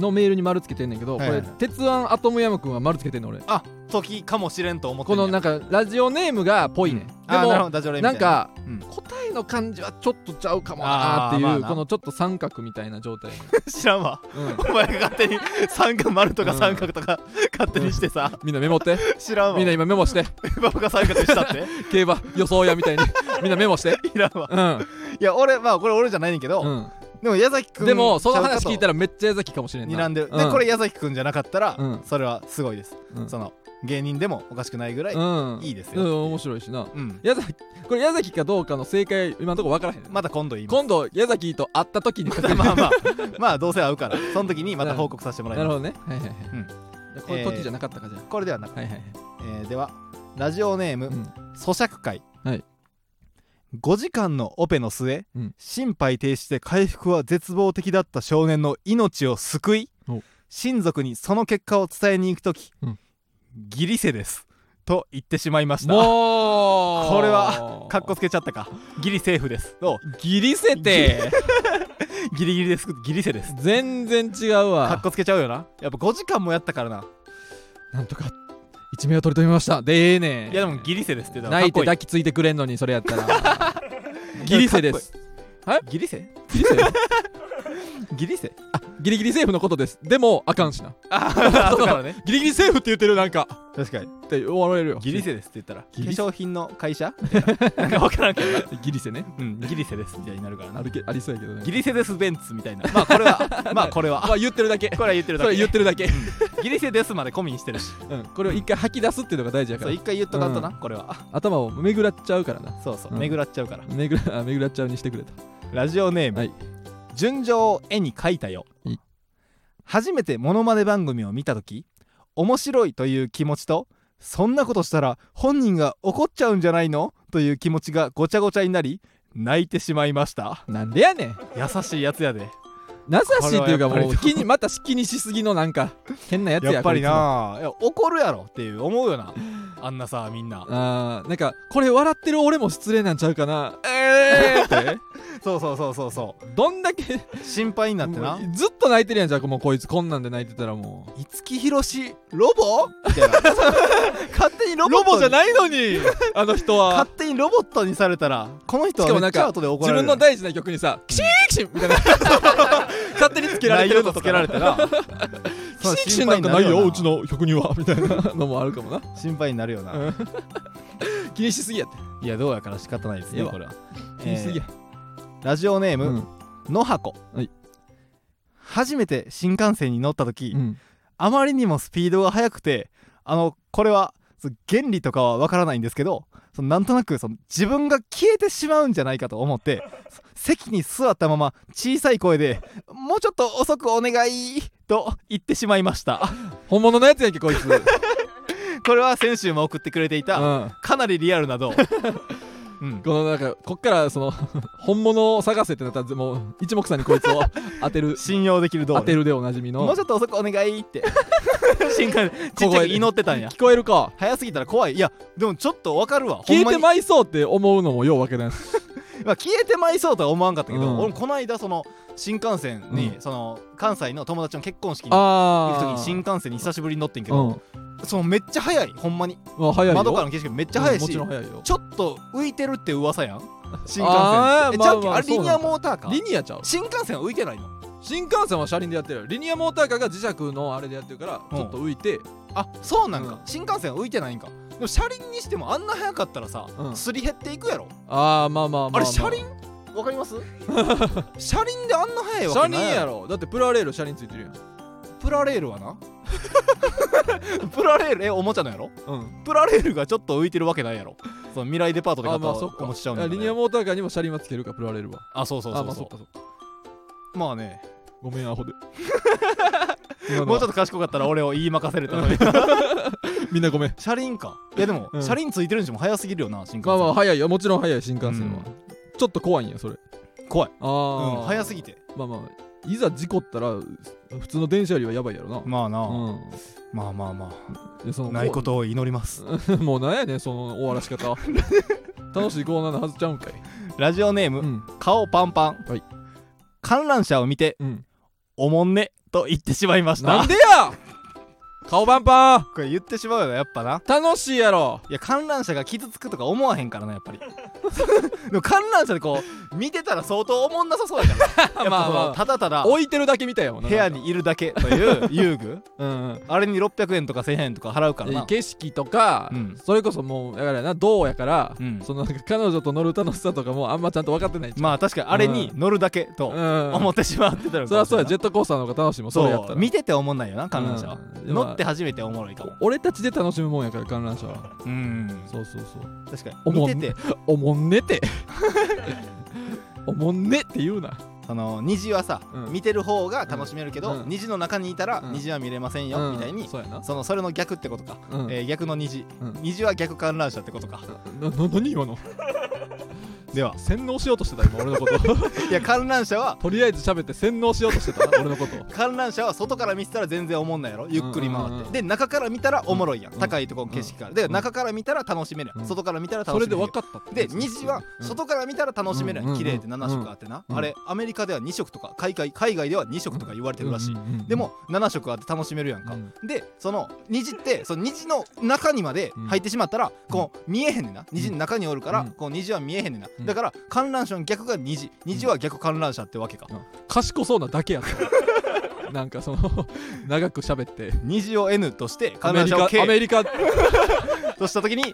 Speaker 1: のメールに丸つけてんねんけど、
Speaker 2: はいはいはい
Speaker 1: これ鉄腕アトムヤムくんは丸つけてんの俺
Speaker 2: あ時かもしれんと思って
Speaker 1: この
Speaker 2: な
Speaker 1: なんかラジオネームがぽいね、ん、で
Speaker 2: あーなる
Speaker 1: も
Speaker 2: ほどダジョレみた
Speaker 1: ないんか
Speaker 2: うん
Speaker 1: 答えの感じはちょっとちゃうかもなーっていう、
Speaker 2: あーまあな
Speaker 1: このちょっと三角みたいな状態、
Speaker 2: 知らんわ
Speaker 1: うん
Speaker 2: お前が勝手に三角丸とか
Speaker 1: うん
Speaker 2: 三角とか勝手にしてさ、
Speaker 1: みんなメモって
Speaker 2: 知らんわ
Speaker 1: みんな今メモして
Speaker 2: ババが三角にした
Speaker 1: [laughs]
Speaker 2: って
Speaker 1: 競馬予想屋み
Speaker 2: [laughs]
Speaker 1: たいにみんなメモして
Speaker 2: いらんわ
Speaker 1: うん、
Speaker 2: いや俺まあこれ俺じゃないねんけど、
Speaker 1: うん、
Speaker 2: でも矢崎くん
Speaker 1: でもその話聞いたら
Speaker 2: ら
Speaker 1: めっちゃ矢崎かもしれんな
Speaker 2: 睨んでる、
Speaker 1: う
Speaker 2: でこれ矢崎くんじゃなかったら、
Speaker 1: うん
Speaker 2: それはすごいです、
Speaker 1: うん
Speaker 2: その芸人でもおかしくないぐらい、
Speaker 1: うん
Speaker 2: いいです
Speaker 1: うん
Speaker 2: よ、
Speaker 1: 面白いしな
Speaker 2: うん
Speaker 1: 矢崎これ矢崎かどうかの正解今のところ分からへん、
Speaker 2: また今度言います
Speaker 1: 今度矢崎と会った時になる [laughs]
Speaker 2: [laughs] まあまあまあどうせ会うからその時にまた報告させてもらい
Speaker 1: ほ
Speaker 2: ます
Speaker 1: どねはいはいはい、
Speaker 2: うん
Speaker 1: じゃあこの時じゃなかったかじゃ
Speaker 2: これではなく、
Speaker 1: あはいはいはい、
Speaker 2: えーではラジオネーム、
Speaker 1: うん
Speaker 2: 咀嚼会、
Speaker 1: はい
Speaker 2: 5時間のオペの末、
Speaker 1: うん
Speaker 2: 心肺停止して回復は絶望的だった少年の命を救い
Speaker 1: お
Speaker 2: 親族にその結果を伝えに行く時、
Speaker 1: うん
Speaker 2: ギリセですと言ってしまいま [laughs] した
Speaker 1: もう
Speaker 2: これはかっこつけちゃったかギリセーフですどう
Speaker 1: ギリせて
Speaker 2: ギリギリですギリセです
Speaker 1: 全然違う
Speaker 2: か
Speaker 1: わ
Speaker 2: っこつけちゃうよなやっぱ5時間もやったからな
Speaker 1: なんとか一命を取り留めましたでええねん
Speaker 2: いやでもギリセですって言ったら
Speaker 1: 泣
Speaker 2: かっ
Speaker 1: いて
Speaker 2: こいい
Speaker 1: 抱き [laughs] ついてくれんのにそれやったらギリセです
Speaker 2: ギリセ
Speaker 1: ギリセ
Speaker 2: ギリ
Speaker 1: [laughs]
Speaker 2: セ
Speaker 1: ギリギリセーフのことですでもあかんしな
Speaker 2: あ後からね
Speaker 1: ギリギリセーフって言ってるなんか
Speaker 2: 確かに
Speaker 1: って終われるよ
Speaker 2: ギリセですって言ったら化
Speaker 1: ギリセ
Speaker 2: 粧品の会 [laughs] 社みたいななんか分からんけどな
Speaker 1: ギリセね
Speaker 2: うんギリセですみたいになるから
Speaker 1: あ
Speaker 2: な
Speaker 1: るけありそうやけどね
Speaker 2: ギリセですベンツみたいなまあこれは [laughs] まあこれは
Speaker 1: まあ言ってるだけ
Speaker 2: これは言ってるだ
Speaker 1: それ
Speaker 2: け
Speaker 1: 言ってるだけ、
Speaker 2: ギリセですまで込みにしてるし
Speaker 1: [laughs] うん、これを一回吐き出すっていうのが大事やか
Speaker 2: そう
Speaker 1: ら
Speaker 2: 一回言っとかんとなこれは
Speaker 1: 頭を巡らっちゃうからな
Speaker 2: そうそう
Speaker 1: うん
Speaker 2: 巡らっちゃうから
Speaker 1: 巡ら [laughs] あ巡らっちゃうにしてくれた
Speaker 2: ラジオネーム、
Speaker 1: はい
Speaker 2: 純情を絵に描いたよ
Speaker 1: はい
Speaker 2: 初めてモノマネ番組を見た時面白いという気持ちとそんなことしたら本人が怒っちゃうんじゃないのという気持ちがごちゃごちゃになり泣いてしまいました
Speaker 1: なんでやねん
Speaker 2: 優しいやつやで
Speaker 1: なさしいっていうか
Speaker 2: これは
Speaker 1: も
Speaker 2: やっ
Speaker 1: う
Speaker 2: ぱり
Speaker 1: 気にまた気にしすぎのなんか変なやつや
Speaker 2: やっぱり
Speaker 1: こ
Speaker 2: ないや怒るやろっていう思うよなあんなさみんない
Speaker 1: つもあーなんかこれ笑ってる俺も失礼なんちゃうかなえーって
Speaker 2: そうそうそうそうそう
Speaker 1: どんだけ
Speaker 2: 心配になって
Speaker 1: も
Speaker 2: な
Speaker 1: うずっと泣いてるやんじゃんもうこいつこんなんで泣いてたらもう
Speaker 2: 五木ひろしロボみ
Speaker 1: [laughs]
Speaker 2: たいな勝手にロボットに
Speaker 1: ないのにあの人は
Speaker 2: 勝手にロボットにされたらこの人
Speaker 1: しか
Speaker 2: は
Speaker 1: も
Speaker 2: め
Speaker 1: な
Speaker 2: っ
Speaker 1: ん
Speaker 2: ちゃ
Speaker 1: か
Speaker 2: 後で怒
Speaker 1: 自
Speaker 2: られる
Speaker 1: 分の大事な曲にさキシーキシンみたいな [laughs] 勝手につけられてるの
Speaker 2: と
Speaker 1: と
Speaker 2: つけら
Speaker 1: か
Speaker 2: れたら
Speaker 1: [laughs] キシーキシンなんかないようちの曲にはみたいなのもあるかもな
Speaker 2: 心配になるよな、
Speaker 1: うん気にしすぎやって
Speaker 2: いやどうやから仕方ないです
Speaker 1: ええ
Speaker 2: ね
Speaker 1: わ
Speaker 2: これは
Speaker 1: 気にしすぎや、
Speaker 2: えーラジオネーム、
Speaker 1: うん
Speaker 2: の箱、
Speaker 1: はい
Speaker 2: 初めて新幹線に乗った時、
Speaker 1: うん
Speaker 2: あまりにもスピードが速くてあのこれはその原理とかはわからないんですけどそのなんとなくその自分が消えてしまうんじゃないかと思ってそ席に座ったまま小さい声で「もうちょっと遅くお願い!」と言ってしまいました
Speaker 1: 本物のやつやんけこい [laughs] つ、うん
Speaker 2: これは先週も送ってくれていたかなりリアルなどうん
Speaker 1: このなんかこっからその本物を探せってなったらもう一目散にこいつを当てる
Speaker 2: 信用できるど
Speaker 1: 当てるでおなじみの
Speaker 2: もうちょっと遅くお願いって
Speaker 1: [laughs]
Speaker 2: 新幹線ちっちゃく祈ってたんや
Speaker 1: 聞こえるか
Speaker 2: 早すぎたら怖いいやでもちょっとわかるわほ
Speaker 1: 消
Speaker 2: ん
Speaker 1: え
Speaker 2: ま
Speaker 1: て
Speaker 2: に、
Speaker 1: まいそうって思うのもようわけないし
Speaker 2: まあ、消えてまいそうとは思わんかったけど、
Speaker 1: うん
Speaker 2: 俺もこの間その新幹線に、
Speaker 1: う
Speaker 2: その関西の友達の結婚式に行
Speaker 1: あ
Speaker 2: く時
Speaker 1: あ
Speaker 2: に新幹線に久しぶりに乗ってんけ
Speaker 1: う
Speaker 2: ど、
Speaker 1: ん
Speaker 2: そのめっちゃ早いほんまに
Speaker 1: まあ早いよ
Speaker 2: 窓からの景色めっちゃ早いし、
Speaker 1: うんもちろん早いよ
Speaker 2: ちょっと浮いてるって噂やん新幹線
Speaker 1: あー
Speaker 2: え
Speaker 1: ま
Speaker 2: ちゃ
Speaker 1: あ
Speaker 2: うっけ
Speaker 1: まあ
Speaker 2: あれリニアモーターか
Speaker 1: リニアちゃう
Speaker 2: 新幹線は浮いてないの
Speaker 1: 新幹線は車輪でやってるよリニアモーターカーが磁石のあれでやってるから
Speaker 2: うん
Speaker 1: ちょっと浮いて
Speaker 2: あそうなんか、
Speaker 1: うん
Speaker 2: 新幹線は浮いてないんかでも車輪にしてもあんな早かったらさ、
Speaker 1: うん
Speaker 2: すり減っていくやろ
Speaker 1: ああまあまあまあま
Speaker 2: あれ車輪わかります
Speaker 1: [laughs]
Speaker 2: 車輪であんな速いわ
Speaker 1: 車
Speaker 2: けない
Speaker 1: 輪や
Speaker 2: ろ
Speaker 1: ろだってプラレール車輪ついてるやん
Speaker 2: プラレールはな [laughs] プラレールえおもちゃのやろ
Speaker 1: うん
Speaker 2: プラレールがちょっと浮いてるわけないやろその未来デパートで買った
Speaker 1: あまあそっか
Speaker 2: おもちゃ
Speaker 1: い
Speaker 2: ちゃ
Speaker 1: や
Speaker 2: うんだ
Speaker 1: リ
Speaker 2: よ
Speaker 1: ニア
Speaker 2: ね
Speaker 1: モーターカーにも車輪はつけるかプラレールは
Speaker 2: あそうそうそ
Speaker 1: あ
Speaker 2: う
Speaker 1: まあそ
Speaker 2: そ
Speaker 1: っかそっか
Speaker 2: うまあね
Speaker 1: ごめん
Speaker 2: [laughs]
Speaker 1: アホで
Speaker 2: もうちょっ
Speaker 1: っ
Speaker 2: と賢かったら俺を言い任せれたのに
Speaker 1: とみんなごめん
Speaker 2: [laughs] 車輪かいやでも、
Speaker 1: うん
Speaker 2: 車輪ついてるんじゃもう早すぎるよな新幹
Speaker 1: まあ
Speaker 2: 線、
Speaker 1: まあ早いよもちろん早い新幹線は、
Speaker 2: う
Speaker 1: ちょっと怖いんやそれ
Speaker 2: 怖い、
Speaker 1: あ
Speaker 2: う
Speaker 1: あ、
Speaker 2: ん、早すぎて
Speaker 1: まあまあいざ事故ったら普通の電車よりはやばいやろな、
Speaker 2: まあな、
Speaker 1: うん
Speaker 2: まあまあま
Speaker 1: いやそ
Speaker 2: あ
Speaker 1: の
Speaker 2: ないことを祈ります
Speaker 1: と [laughs] もうなんやねんその終わらし
Speaker 2: [laughs]
Speaker 1: 方楽しいコーナーのはずちゃうんかい
Speaker 2: ラジオネーム、
Speaker 1: うん
Speaker 2: 顔パンパン、
Speaker 1: はい
Speaker 2: 観覧車を見て
Speaker 1: うん
Speaker 2: おもんねと言ってしまいました
Speaker 1: なんでや顔パンパン
Speaker 2: これ言ってしまうよなやっぱな
Speaker 1: 楽しいやろ
Speaker 2: いや観覧車が傷つくとか思わへんからなやっぱり [laughs] でも観覧車でこう見てたら相当おもんなさそうやからやっ
Speaker 1: [laughs] ま
Speaker 2: ぱ
Speaker 1: あ
Speaker 2: その
Speaker 1: まあ
Speaker 2: ただただ
Speaker 1: 置いてるだけみたいやもんな
Speaker 2: 部屋にいるだけという遊具
Speaker 1: [laughs] うんうん
Speaker 2: あれに600円とか1000円とか払うからな
Speaker 1: 景色とか、
Speaker 2: うん
Speaker 1: それこそもうだからなどうやから、
Speaker 2: うん
Speaker 1: そのなんか彼女と乗る楽しさとかもあんまちゃんと分かってない
Speaker 2: まあ確かにあれに乗るだけ
Speaker 1: う
Speaker 2: と
Speaker 1: ん
Speaker 2: 思ってしまってたのかもしれんな
Speaker 1: そりゃそうやジェットコースターの方が楽しいもんそれやった
Speaker 2: そう
Speaker 1: ら
Speaker 2: 見てておもんないよな観覧車は、
Speaker 1: うん
Speaker 2: 乗って初めておもろいかも
Speaker 1: 俺たちで楽しむもんやから観覧車は
Speaker 2: うん
Speaker 1: そうそうそう
Speaker 2: 確か
Speaker 1: お
Speaker 2: に
Speaker 1: もん
Speaker 2: 見てて
Speaker 1: おもんねて [laughs] おもんねって言うな
Speaker 2: その虹はさ、
Speaker 1: うん
Speaker 2: 見てる方が楽しめるけど、
Speaker 1: うん
Speaker 2: 虹の中にいたら
Speaker 1: うん
Speaker 2: 虹は見れませんよ、みたい
Speaker 1: うん
Speaker 2: に
Speaker 1: そうやな、
Speaker 2: そのそれの逆ってことか、
Speaker 1: うん
Speaker 2: えー逆の虹、
Speaker 1: うん
Speaker 2: 虹は逆観覧車ってことか、
Speaker 1: なな何今の
Speaker 2: では
Speaker 1: 洗脳しようとしてた今俺のこと [laughs]
Speaker 2: いや観覧車は
Speaker 1: とりあえず喋って洗脳しようとしてた俺のこと
Speaker 2: 観覧車は外から見てたら全然おもんないやろゆっくり回っ
Speaker 1: う
Speaker 2: て、
Speaker 1: んうんうん
Speaker 2: で中から見たらおもろいやん、
Speaker 1: うん
Speaker 2: 高いとこの景色から、
Speaker 1: うん
Speaker 2: で中から見たら楽しめるやん、
Speaker 1: うん
Speaker 2: 外から見たら
Speaker 1: そ
Speaker 2: 楽
Speaker 1: れ
Speaker 2: し
Speaker 1: で
Speaker 2: めるや
Speaker 1: 分
Speaker 2: ん
Speaker 1: かったって
Speaker 2: で虹は外から見たら楽しめるやん、
Speaker 1: うん
Speaker 2: 綺麗って
Speaker 1: うん
Speaker 2: 7色あってな、
Speaker 1: うん
Speaker 2: あれアメリカでは2色とか海外海外では2色とか言われてるらしい、
Speaker 1: うんうんうんうん
Speaker 2: でも7色あって楽しめるやんか、
Speaker 1: うん
Speaker 2: でその虹ってその虹の中にまで入ってしまったら、こう見えへんねんな虹の中におるから、
Speaker 1: うん
Speaker 2: こう虹は見えへんねんな、
Speaker 1: うん
Speaker 2: だから観覧車の逆が虹虹は逆観覧車ってわけか、
Speaker 1: 賢そうなだけやった [laughs] なんかその長く喋って
Speaker 2: 虹を N として
Speaker 1: ア
Speaker 2: 観
Speaker 1: メ
Speaker 2: 覧
Speaker 1: リ
Speaker 2: 車を
Speaker 1: カア
Speaker 2: K
Speaker 1: メリカ
Speaker 2: とした時に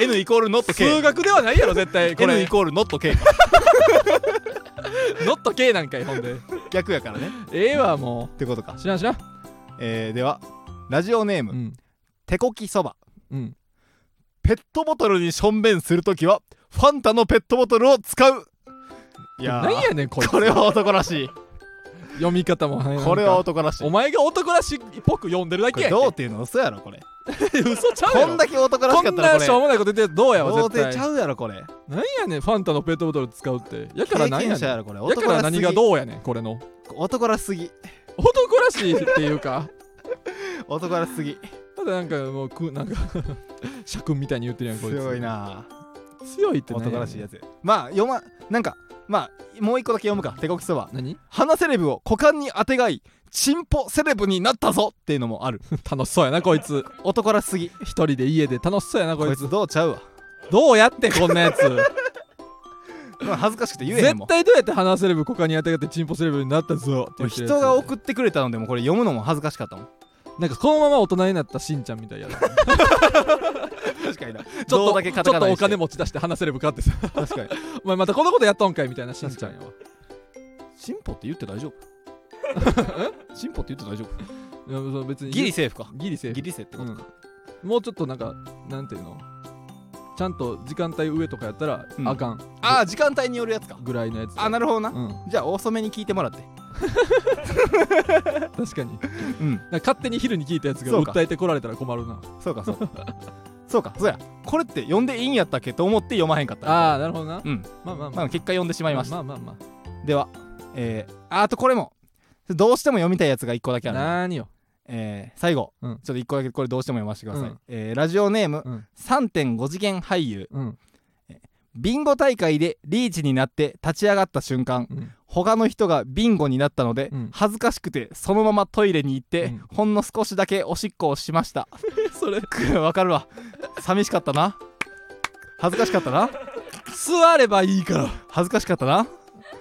Speaker 2: N イコールノット
Speaker 1: 数
Speaker 2: K
Speaker 1: 学ではないやろ絶対こ
Speaker 2: N
Speaker 1: れ
Speaker 2: イコールノット K か
Speaker 1: ノット K なんかいほんで
Speaker 2: 逆
Speaker 1: [laughs]
Speaker 2: やからね
Speaker 1: ええわも
Speaker 2: ってことか
Speaker 1: う、知らん知らん
Speaker 2: えー、ではラジオネーム、
Speaker 1: ん
Speaker 2: 手こきそば
Speaker 1: うん
Speaker 2: ペットボトルにしょんべんするときはファンタのペットボトルを使ういやー
Speaker 1: 何やねんこいつ
Speaker 2: これは男らしい
Speaker 1: 読み方もなんか
Speaker 2: これは男らしい
Speaker 1: [laughs] お前が男らしいっぽく読んでるだけやんけ
Speaker 2: どうっていうの嘘やろこれ
Speaker 1: 嘘ちゃうや
Speaker 2: こ
Speaker 1: ろ
Speaker 2: んだけ男らし
Speaker 1: こ
Speaker 2: かっ
Speaker 1: ん
Speaker 2: たら
Speaker 1: な
Speaker 2: これ
Speaker 1: しょうもないこと言ってどうやわ
Speaker 2: 童
Speaker 1: 絶
Speaker 2: 貞ちゃ
Speaker 1: 対
Speaker 2: うやろこれ
Speaker 1: 何やねんファンタのペットボトル使うってやから何
Speaker 2: 経
Speaker 1: や
Speaker 2: 験
Speaker 1: ね
Speaker 2: 者
Speaker 1: ん
Speaker 2: や
Speaker 1: や
Speaker 2: ろこれ
Speaker 1: か
Speaker 2: 男
Speaker 1: ら
Speaker 2: らし
Speaker 1: 何
Speaker 2: す
Speaker 1: が
Speaker 2: ぎ
Speaker 1: どうやねんこれの
Speaker 2: 男らしすぎ
Speaker 1: 男らしいっていうか
Speaker 2: 男らしすぎ
Speaker 1: ただなんかもうくなんか [laughs] 社訓みたいに言ってるやんこいつ
Speaker 2: 強いな
Speaker 1: 強いって何やね
Speaker 2: 男
Speaker 1: ん
Speaker 2: らしいやつまあ読まなんかまあもう一個だけ読むか手こきそば
Speaker 1: 何 [laughs]
Speaker 2: 鼻セレブを股間にあてがいチンポセレブになったぞっていうのもある
Speaker 1: 楽しそうやなこいつ
Speaker 2: 男らしすぎ
Speaker 1: 一人で家で楽しそうやなこ
Speaker 2: こ
Speaker 1: い
Speaker 2: い
Speaker 1: つ
Speaker 2: つどうちゃうわ
Speaker 1: どうやってこんなやつ
Speaker 2: まあ恥ずかしくて [laughs] 言えへんも
Speaker 1: 絶対
Speaker 2: ん
Speaker 1: どうやって鼻セレブ股間に当てがってチンポセレブになったぞって言ってるやつ
Speaker 2: 人が送ってくれたのでもこれ読むのも恥ずかしかったもん
Speaker 1: なんかこのまま大人になったしんちゃんみたいやなちょっ
Speaker 2: 確かになちょっ
Speaker 1: と
Speaker 2: だ
Speaker 1: ち
Speaker 2: け
Speaker 1: ょ
Speaker 2: カ
Speaker 1: っ
Speaker 2: タカナ
Speaker 1: と
Speaker 2: に
Speaker 1: お
Speaker 2: して
Speaker 1: 金持ち出して鼻セレブ買ってさ [laughs]
Speaker 2: 確かに
Speaker 1: お前またこんなことやったんかいみたいなしんちゃんやわ
Speaker 2: チンポって言って大丈夫チンポって言って大丈夫
Speaker 1: いやそう別に
Speaker 2: ギリセーフか
Speaker 1: ギリセーフ
Speaker 2: ギリセーフってことか、
Speaker 1: うん、もうちょっとなんかなんていうのちゃんと時間帯上とかやったら、
Speaker 2: うん
Speaker 1: あかん
Speaker 2: ああ時間帯によるやつか
Speaker 1: ぐらいのやつ
Speaker 2: あなるほどな、
Speaker 1: うん
Speaker 2: じゃあ遅めに聞いてもらって
Speaker 1: 確かに
Speaker 2: うん
Speaker 1: なんか勝手に昼に聞いたやつが
Speaker 2: そうか
Speaker 1: 訴えてこられたら困るな
Speaker 2: そうかそうか
Speaker 1: [laughs]
Speaker 2: そうかそうやこれって読んでいいんやったっけと思って読まへんかった
Speaker 1: ああなるほどな、
Speaker 2: うん
Speaker 1: まあまあま
Speaker 2: ま
Speaker 1: あ
Speaker 2: あ結果読んでしまいました、
Speaker 1: まあまあま
Speaker 2: ではえー、ああとこれもどうしても読みたいやつが1個だけ
Speaker 1: あ
Speaker 2: あるな
Speaker 1: なーによ
Speaker 2: えー、最後、
Speaker 1: うん
Speaker 2: ちょっと1個だけこれどうしても読ませてください、
Speaker 1: うん
Speaker 2: えーラジオネーム、
Speaker 1: うん
Speaker 2: 3.5次元俳優
Speaker 1: うん
Speaker 2: ビンゴ大会でリーチになって立ち上がった瞬間
Speaker 1: うん
Speaker 2: 他の人がビンゴになったので、
Speaker 1: うん
Speaker 2: 恥ずかしくてそのままトイレに行って、
Speaker 1: うん
Speaker 2: ほんの少しだけおしっこをしました
Speaker 1: [laughs] それ
Speaker 2: [laughs] わかるわ寂しかったな恥ずかしかったな
Speaker 1: 座ればいいから
Speaker 2: 恥ずかしかったな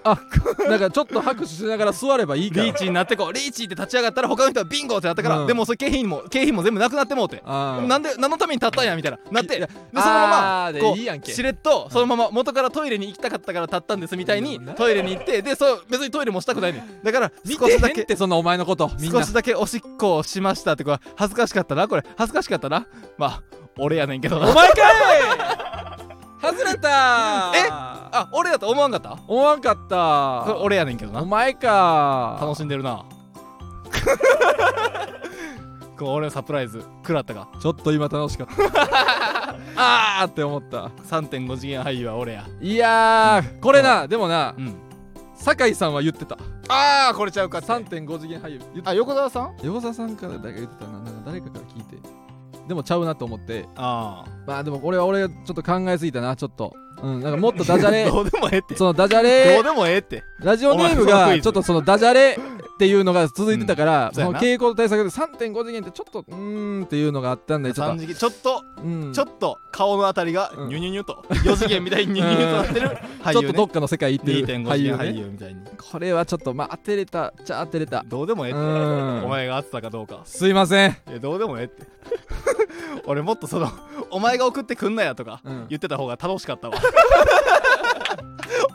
Speaker 1: なんかちょっと拍手しながら座ればいいから
Speaker 2: リーチになってこうリーチって立ち上がったら他の人はビンゴってなったから、
Speaker 1: うん
Speaker 2: でもそれ景品も景品も全部なくなってもうて
Speaker 1: あー
Speaker 2: なんで何のために立ったんやみたいななって
Speaker 1: い
Speaker 2: で
Speaker 1: や
Speaker 2: そのま
Speaker 1: あー
Speaker 2: ま
Speaker 1: で
Speaker 2: こ
Speaker 1: いいやん
Speaker 2: う
Speaker 1: け
Speaker 2: しれっとそのまま元からトイレに行きたかったから立ったんですみたいに
Speaker 1: うん
Speaker 2: トイレに行ってでそう別にトイレもしたくないねんだから
Speaker 1: 見
Speaker 2: 少
Speaker 1: て
Speaker 2: しだ
Speaker 1: へんっ
Speaker 2: け
Speaker 1: てそんなお前のことみんな
Speaker 2: 少しだけおしっこをしましたってこれ恥ずかしかったなこれ恥ずかしかったなまあ俺やねんけど
Speaker 1: お
Speaker 2: な
Speaker 1: 前かい
Speaker 2: [laughs]
Speaker 1: 外れた
Speaker 2: え
Speaker 1: あ
Speaker 2: あ俺やと思わんかった
Speaker 1: 思わんか
Speaker 2: これ
Speaker 1: っ
Speaker 2: 俺やねんけど
Speaker 1: たお
Speaker 2: な
Speaker 1: 前か
Speaker 2: 楽しんでる [laughs] なこう俺のサプライズ食らったか
Speaker 1: ちょっと今楽し
Speaker 2: [laughs]
Speaker 1: かったあーって思った
Speaker 2: 3.5次元俳優は俺や
Speaker 1: いやーこれなでもな
Speaker 2: うん
Speaker 1: 酒井さんは言ってた
Speaker 2: ああこれちゃうかって
Speaker 1: 3.5次元俳優言って
Speaker 2: あ横澤さん
Speaker 1: 横澤さんから誰か言ってたななんか誰かから聞いてでもちゃうなと思って
Speaker 2: あ
Speaker 1: まあでもこれは俺がちょっと考えすぎたなちょっとうんなんかもっとダジャ
Speaker 2: あ
Speaker 1: レ
Speaker 2: [laughs] どうでもええって
Speaker 1: そのダジャ
Speaker 2: どう
Speaker 1: レ
Speaker 2: でもええって
Speaker 1: ラジオネーム
Speaker 2: お前そのクイ
Speaker 1: が
Speaker 2: ズ
Speaker 1: ちょっとそのダジャレっていうのが続いてたから、
Speaker 2: んそう
Speaker 1: そ
Speaker 2: や
Speaker 1: の
Speaker 2: な
Speaker 1: 傾向と対策で3.5次元ってちょっとうーんっていうのがあったんでちょっ
Speaker 2: 三次元ちょっと
Speaker 1: と、うん、
Speaker 2: ちょっと顔のあたりが
Speaker 1: うん
Speaker 2: ニュニュニュと4次元みたいにニュニュニュとなってる俳
Speaker 1: ちょっと
Speaker 2: 優ね
Speaker 1: どっかの世界行ってる
Speaker 2: 2.5次元
Speaker 1: ね
Speaker 2: 俳優みたいに
Speaker 1: これはちょっとまあ当てれたじゃあ当てれた
Speaker 2: どうでもええ
Speaker 1: う
Speaker 2: ってお
Speaker 1: ん
Speaker 2: 前が合ってたかどうか
Speaker 1: すいません、
Speaker 2: いやどうでもええって [laughs] 俺もっとそのお前が送ってくんなやとか
Speaker 1: うん
Speaker 2: 言ってた方が楽しかったわ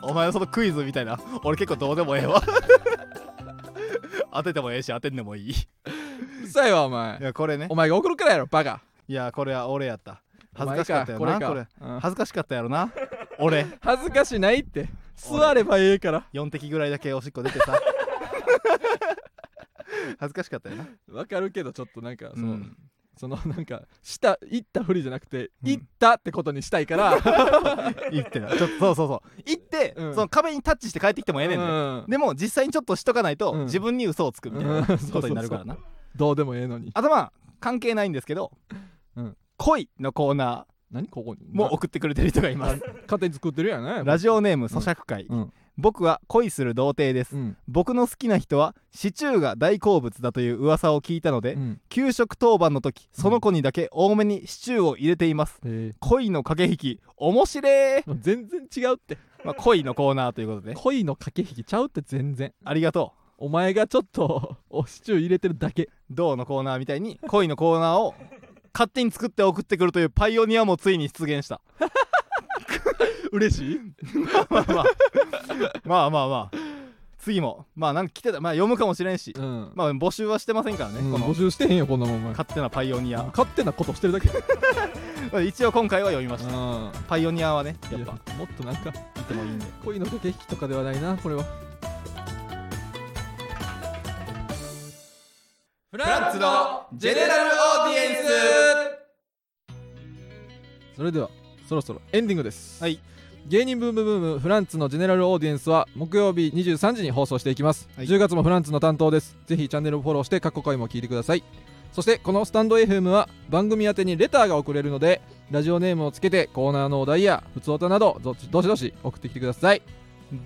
Speaker 2: お前のそのクイズみたいな俺結構どうでもええわ当ててもええし当てんでもいいいう
Speaker 1: るさいわお前
Speaker 2: やこれね
Speaker 1: お前が送るからやろバカ
Speaker 2: いやこれは俺やった
Speaker 1: お
Speaker 2: 恥ず
Speaker 1: 前
Speaker 2: かしかったよ
Speaker 1: こ
Speaker 2: な
Speaker 1: れ
Speaker 2: これ
Speaker 1: かうん
Speaker 2: 恥ずかしかったやろな俺
Speaker 1: 恥ずかしないって座ればええから
Speaker 2: 4滴ぐらいだけおしっこ出てさ
Speaker 1: [laughs]
Speaker 2: 恥ずかしかったよな
Speaker 1: わかるけどちょっとなんかそう、
Speaker 2: うん
Speaker 1: そのなんかした行ったふりじゃなくて
Speaker 2: うん
Speaker 1: 行ったってことにしたいから、
Speaker 2: 行ってなちょっとそうそうそう行って、
Speaker 1: うん
Speaker 2: その壁にタッチして帰ってきてもええねんで、
Speaker 1: うん
Speaker 2: でも実際にちょっとしとかないと、
Speaker 1: うん
Speaker 2: 自分に嘘をつくみたい
Speaker 1: うん
Speaker 2: な
Speaker 1: そうそうそう
Speaker 2: ことになるからな、
Speaker 1: どうでもええのに
Speaker 2: あとまあ関係ないんですけど「
Speaker 1: うん
Speaker 2: 恋」のコーナ
Speaker 1: 何ここに
Speaker 2: ーも送ってくれてる人がい
Speaker 1: な
Speaker 2: ます
Speaker 1: な勝手に作ってるやない
Speaker 2: ラジオネーム咀嚼会、
Speaker 1: うん
Speaker 2: 僕は恋する童貞です、
Speaker 1: うん
Speaker 2: 僕の好きな人はシチューが大好物だという噂を聞いたので、
Speaker 1: うん
Speaker 2: 給食当番の時その子にだけ多めにシチューを入れています
Speaker 1: え
Speaker 2: 恋の駆け引き面白い、
Speaker 1: ー全然違うって
Speaker 2: まあ、恋のコーナーということでね
Speaker 1: 恋の駆け引きちゃうって全然
Speaker 2: ありがとう
Speaker 1: お前がちょっとおシチュー入れてるだけ
Speaker 2: 銅のコーナーみたいに恋のコーナーを勝手に作って送ってくるというパイオニアもついに出現した [laughs]
Speaker 1: 嬉しい
Speaker 2: まあまあまあまあまあ次もまあなんか来てたまあ読むかもしれんし
Speaker 1: うん、
Speaker 2: まあ募集はしてませんからね、
Speaker 1: うん
Speaker 2: こ
Speaker 1: 募
Speaker 2: の
Speaker 1: 集してへんよこんなもんお前
Speaker 2: 勝手なパイオニア
Speaker 1: 勝手なことしてるだけ
Speaker 2: 一応今回は読みました
Speaker 1: うん
Speaker 2: パイオニアはねやっ
Speaker 1: い
Speaker 2: ぱ
Speaker 1: やもっとなんか
Speaker 2: 言ってもいいんで
Speaker 1: 恋の駆け引きとかではないなこれはフ
Speaker 2: ランツのジェネラルオーディエン
Speaker 1: スそれではそろそろエンディングです
Speaker 2: はい
Speaker 1: 芸人ブームブームフランツのジェネラルオーディエンスは木曜日23時に放送していきます、
Speaker 2: はい
Speaker 1: 10月もフランツの担当ですぜひチャンネルをフォローして過去回も聞いてくださいそしてこのスタンド FM は番組宛てにレターが送れるのでラジオネームをつけてコーナーのお題や普通歌などどどしどし送ってきてください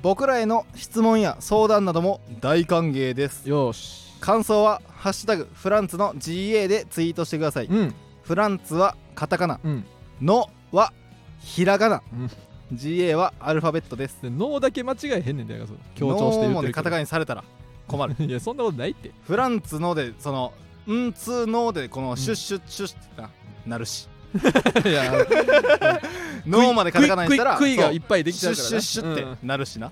Speaker 2: 僕らへの質問や相談なども大歓迎です
Speaker 1: よーし
Speaker 2: 感想は「ハッシュタグフランツの GA」でツイートしてください
Speaker 1: うん
Speaker 2: フランツはカタカナ
Speaker 1: うん
Speaker 2: のはひらがな、
Speaker 1: うん
Speaker 2: GA はアルファベットです
Speaker 1: で脳だけ間違えへんねんでやがその強調して言
Speaker 2: ノー
Speaker 1: っ
Speaker 2: も
Speaker 1: て
Speaker 2: で
Speaker 1: るけ
Speaker 2: カ
Speaker 1: ど
Speaker 2: タカナにされたら困る
Speaker 1: [laughs] いやそんなことないって
Speaker 2: フランツのでその「んつの」でこのシュッシュッシュッシュッってななるし
Speaker 1: いや [laughs]
Speaker 2: ノーまでカタカナにしたら
Speaker 1: クイクイクイがいっ
Speaker 2: そう
Speaker 1: ぱいできち
Speaker 2: シ
Speaker 1: ゃう
Speaker 2: ュッ
Speaker 1: から
Speaker 2: シュッシュ
Speaker 1: うん
Speaker 2: ッってなるしな、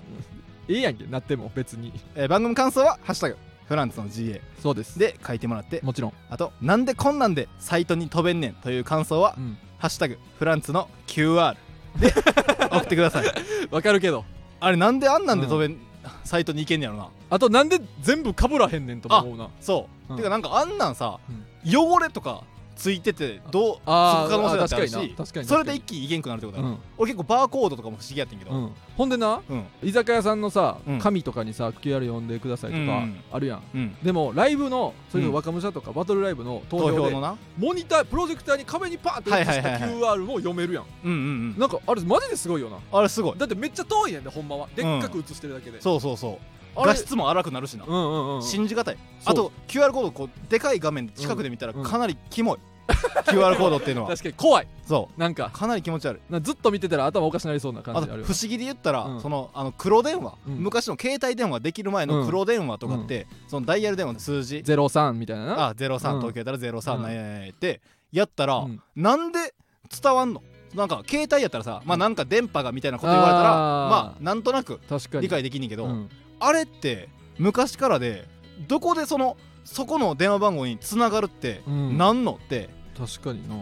Speaker 1: いいやんけなっても別に
Speaker 2: えー番組感想は「ハッシュタグフランツの GA
Speaker 1: そうで」す
Speaker 2: で書いてもらって
Speaker 1: もちろん、
Speaker 2: あと「なんでこんなんでサイトに飛べんねん」という感想は
Speaker 1: うん
Speaker 2: 「ハッシュタグフランツの QR」で送ってください
Speaker 1: わかるけど
Speaker 2: あれなんであんなんで飛べん、サイトに行けんねやろな
Speaker 1: あとなんで全部かぶらへんねんとも思うな
Speaker 2: そう、
Speaker 1: うん
Speaker 2: てかなんかあんなんさ、
Speaker 1: うん
Speaker 2: 汚れとかついててどうつく
Speaker 1: あー
Speaker 2: 可能性だってある
Speaker 1: あー確かに
Speaker 2: し
Speaker 1: な確かに
Speaker 2: それで一気にいけんくなるってこと
Speaker 1: う
Speaker 2: だ、
Speaker 1: ん、
Speaker 2: 俺結構バーコードとかも不思議やってんけど、
Speaker 1: うん、ほんでな
Speaker 2: うん
Speaker 1: 居酒屋さんのさ、
Speaker 2: うん
Speaker 1: 紙とかにさ QR 読んでくださいと
Speaker 2: う
Speaker 1: か
Speaker 2: ん
Speaker 1: あるやん、
Speaker 2: うん
Speaker 1: でもライブのそれこそ
Speaker 2: うん
Speaker 1: 若武者とかバトルライブの投
Speaker 2: 投
Speaker 1: 票
Speaker 2: 票
Speaker 1: で、
Speaker 2: のな
Speaker 1: モニタープロジェクターに壁にパーンって映した
Speaker 2: はいはいはい
Speaker 1: QR も読めるやん、
Speaker 2: うんうんうん
Speaker 1: なんかあれマジですごいよな
Speaker 2: あれすごい
Speaker 1: だってめっちゃ遠いやんねほんまはでっかく映してるだけで、
Speaker 2: そうそうそう
Speaker 1: あれ
Speaker 2: 画質も荒くなるしな、
Speaker 1: うんうんうん
Speaker 2: 信じがたい
Speaker 1: そう
Speaker 2: あと QR コードこうでかい画面で近くで見たら
Speaker 1: うんうん
Speaker 2: かなりキモい、QR コードっていうのは
Speaker 1: 確かに怖い
Speaker 2: そ
Speaker 1: なん
Speaker 2: う
Speaker 1: か
Speaker 2: かなり気持ち悪い
Speaker 1: なずっと見てたら頭おかしなりそうな
Speaker 2: あ
Speaker 1: 感
Speaker 2: と
Speaker 1: じ
Speaker 2: 不
Speaker 1: ある
Speaker 2: 思
Speaker 1: よ
Speaker 2: 議で言ったら、
Speaker 1: うん
Speaker 2: そのあの黒電話、
Speaker 1: うん
Speaker 2: 昔の携帯電話できる前の黒電話とかって、そのダイヤル電話の数字、
Speaker 1: 03みたいなな
Speaker 2: あゼロ
Speaker 1: うん
Speaker 2: 三東京やったらゼロ
Speaker 1: う
Speaker 2: 三
Speaker 1: ん
Speaker 2: ないないないってやったら、
Speaker 1: うん
Speaker 2: なんで伝わんのなんか携帯やったらさま
Speaker 1: う
Speaker 2: あ
Speaker 1: ん
Speaker 2: なんか電波がみたいなこと言われたら
Speaker 1: あー
Speaker 2: まあなんとなく
Speaker 1: 確かに
Speaker 2: 理解できんねんけど、
Speaker 1: うん
Speaker 2: あれって昔からでどこでそのそこの電話番号につながるって、
Speaker 1: うん
Speaker 2: なんのって
Speaker 1: 確かにな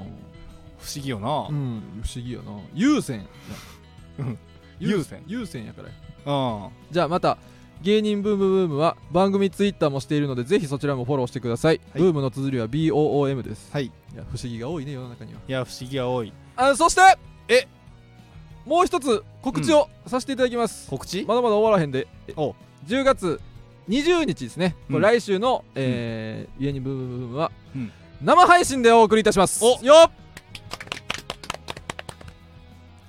Speaker 2: 不思議よな
Speaker 1: う、ん不思議やな優先
Speaker 2: うん
Speaker 1: 優
Speaker 2: 有
Speaker 1: 先
Speaker 2: 線
Speaker 1: 優先やからや
Speaker 2: うん
Speaker 1: じゃあまた芸人ブームブームは番組ツイッターもしているのでぜひそちらもフォローしてください、
Speaker 2: はい
Speaker 1: ブームの綴りは BOOM です、
Speaker 2: はいい
Speaker 1: いや不思議が多いね世の中には
Speaker 2: や不思議が多い
Speaker 1: あそして
Speaker 2: え
Speaker 1: もう一つ告知をさせていただきます、
Speaker 2: 告知
Speaker 1: まだまだ終わらへんでえ
Speaker 2: おう
Speaker 1: 10月20日ですね、こ
Speaker 2: うん
Speaker 1: れ来週の、えー家にブームブームは、
Speaker 2: うん
Speaker 1: 生配信でお送りいたします
Speaker 2: お
Speaker 1: よっ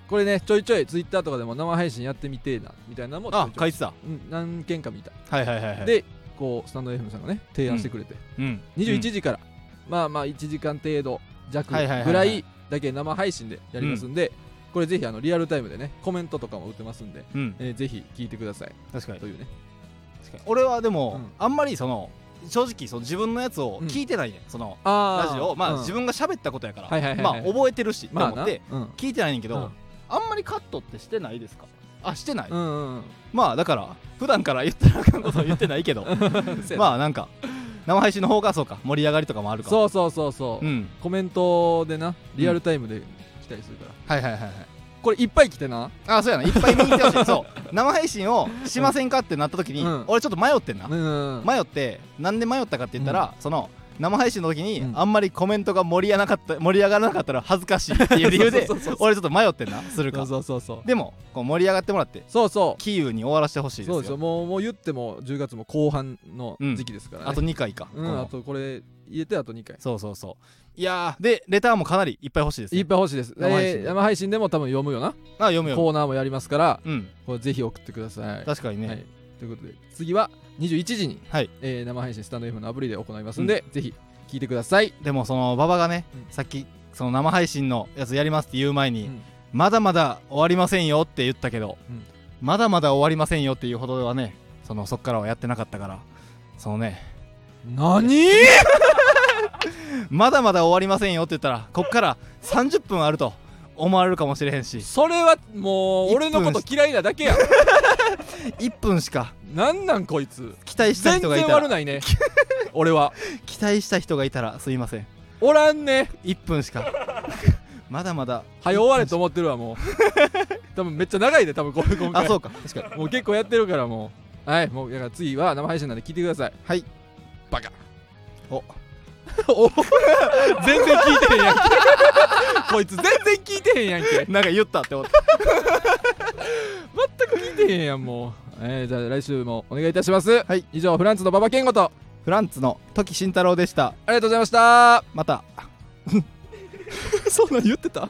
Speaker 1: これねちょいちょいツイッターとかでも生配信やってみてえなみたいなのもちょ
Speaker 2: あ
Speaker 1: いちょ
Speaker 2: 書
Speaker 1: い
Speaker 2: いてた
Speaker 1: うん何件か見た、
Speaker 2: はいはいはいはい
Speaker 1: でこうスタンド FM さんがね提案してくれて、
Speaker 2: うん、
Speaker 1: 21
Speaker 2: うん
Speaker 1: 時から、まあまあ1時間程度弱
Speaker 2: はいはいはいはい
Speaker 1: ぐらいだけ生配信でやりますんで、これぜひあのリアルタイムでねコメントとかも打ってますんで、
Speaker 2: うん、
Speaker 1: えーぜひ聞いてください
Speaker 2: 確かに
Speaker 1: というね
Speaker 2: 俺はで
Speaker 1: う
Speaker 2: も、
Speaker 1: ん
Speaker 2: あんまりその正直その自分のやつを
Speaker 1: うん
Speaker 2: 聞いてないね、ん、その
Speaker 1: あ
Speaker 2: ラ
Speaker 1: ー
Speaker 2: ジオをまあ、
Speaker 1: うん
Speaker 2: 自分が喋ったことやから、
Speaker 1: はいはいはい
Speaker 2: ま
Speaker 1: はい
Speaker 2: あ覚えてるし、
Speaker 1: まあ
Speaker 2: と思
Speaker 1: な
Speaker 2: って
Speaker 1: うん
Speaker 2: 聞いてないねんけど、
Speaker 1: うん
Speaker 2: あんまりカットってしてないですかあしてない、
Speaker 1: うんうんうん
Speaker 2: まあだから普段から言ったらあかんことは言ってない
Speaker 1: [laughs]
Speaker 2: けど [laughs] まあなんか生配信の方がそうか盛り上がりとかもあるから
Speaker 1: そうそうそうそう、
Speaker 2: うん
Speaker 1: コメントでなリアルタイムで来たりするから、
Speaker 2: はいはいはいはい
Speaker 1: これいっぱい来てな
Speaker 2: あそうやないっぱい見に来てほしいそう生配信をしませんかってなった時に、
Speaker 1: うん
Speaker 2: 俺ちょっと迷ってんな、
Speaker 1: うんうんうん
Speaker 2: 迷ってなんで迷ったかって言ったら、その生配信の時に
Speaker 1: うん
Speaker 2: あんまりコメントが盛り上がなかった盛り上がらなかったら恥ずかしいっていう理由
Speaker 1: [laughs]
Speaker 2: で
Speaker 1: そうそうそうそう
Speaker 2: 俺ちょっと迷ってんなする
Speaker 1: そ
Speaker 2: か
Speaker 1: うそうそうそう
Speaker 2: でもこう盛り上がってもらって
Speaker 1: そうそう
Speaker 2: キーウに終わらせてほしいです
Speaker 1: そう
Speaker 2: よ
Speaker 1: ですよもうもう言っても10月も後半の
Speaker 2: うん
Speaker 1: 時期ですから、ね
Speaker 2: あと2回か、
Speaker 1: う
Speaker 2: こ
Speaker 1: ん、
Speaker 2: の
Speaker 1: あとこれ入れてあと2回
Speaker 2: そうそうそういやーでレターもかなりいっぱい欲しいです、ね、
Speaker 1: いっぱい欲しいです
Speaker 2: 生配信
Speaker 1: えー生配信でも多分読むよな
Speaker 2: あ読むよ
Speaker 1: コーナーもやりますから
Speaker 2: うん
Speaker 1: これぜひ送ってください
Speaker 2: 確かにね、
Speaker 1: はい、ということで次は21時に、
Speaker 2: はい
Speaker 1: えー生配信スタンド F のアプリで行いますんで、ぜひ聞いてください、
Speaker 2: でもその馬場がね、
Speaker 1: うん
Speaker 2: さっきその生配信のやつやりますって言う前に、
Speaker 1: うん
Speaker 2: まだまだ終わりませんよって言ったけど、
Speaker 1: うん
Speaker 2: まだまだ終わりませんよっていうほどはねそのそっからはやってなかったからそのね
Speaker 1: 何
Speaker 2: まだまだ終わりませんよって言ったらこっから30分あると思われるかもしれへんし
Speaker 1: それはもう俺のこと嫌いなだけ
Speaker 2: [laughs]
Speaker 1: や
Speaker 2: 1分しか
Speaker 1: なんなんこいつ
Speaker 2: 期待した
Speaker 1: 全
Speaker 2: 人がい
Speaker 1: 然
Speaker 2: た
Speaker 1: 悪
Speaker 2: ら
Speaker 1: ないね俺は
Speaker 2: 期待した人がいたらすいません
Speaker 1: おらん
Speaker 2: [laughs]
Speaker 1: ね
Speaker 2: 1分しかまだまだ
Speaker 1: 早終われと思ってるわもう多分めっちゃ長いで多分これ今回
Speaker 2: あそうか確かに
Speaker 1: もう結構やってるからもうはいもうだから次は生配信なんで聞いてください
Speaker 2: はい
Speaker 1: バカ
Speaker 2: お
Speaker 1: お [laughs] 全然聞いてへんやんけ [laughs] こいつ全然聞いてへんやんけ
Speaker 2: [laughs] なんか言ったって思った
Speaker 1: 聞いてへんやんもう、えー、じゃあ来週もお願いいたします、
Speaker 2: はい、
Speaker 1: 以上フランツの馬場健吾とあ
Speaker 2: フランツの時慎太郎でした [laughs]
Speaker 1: りがとうございました
Speaker 2: また
Speaker 1: そんなん言ってた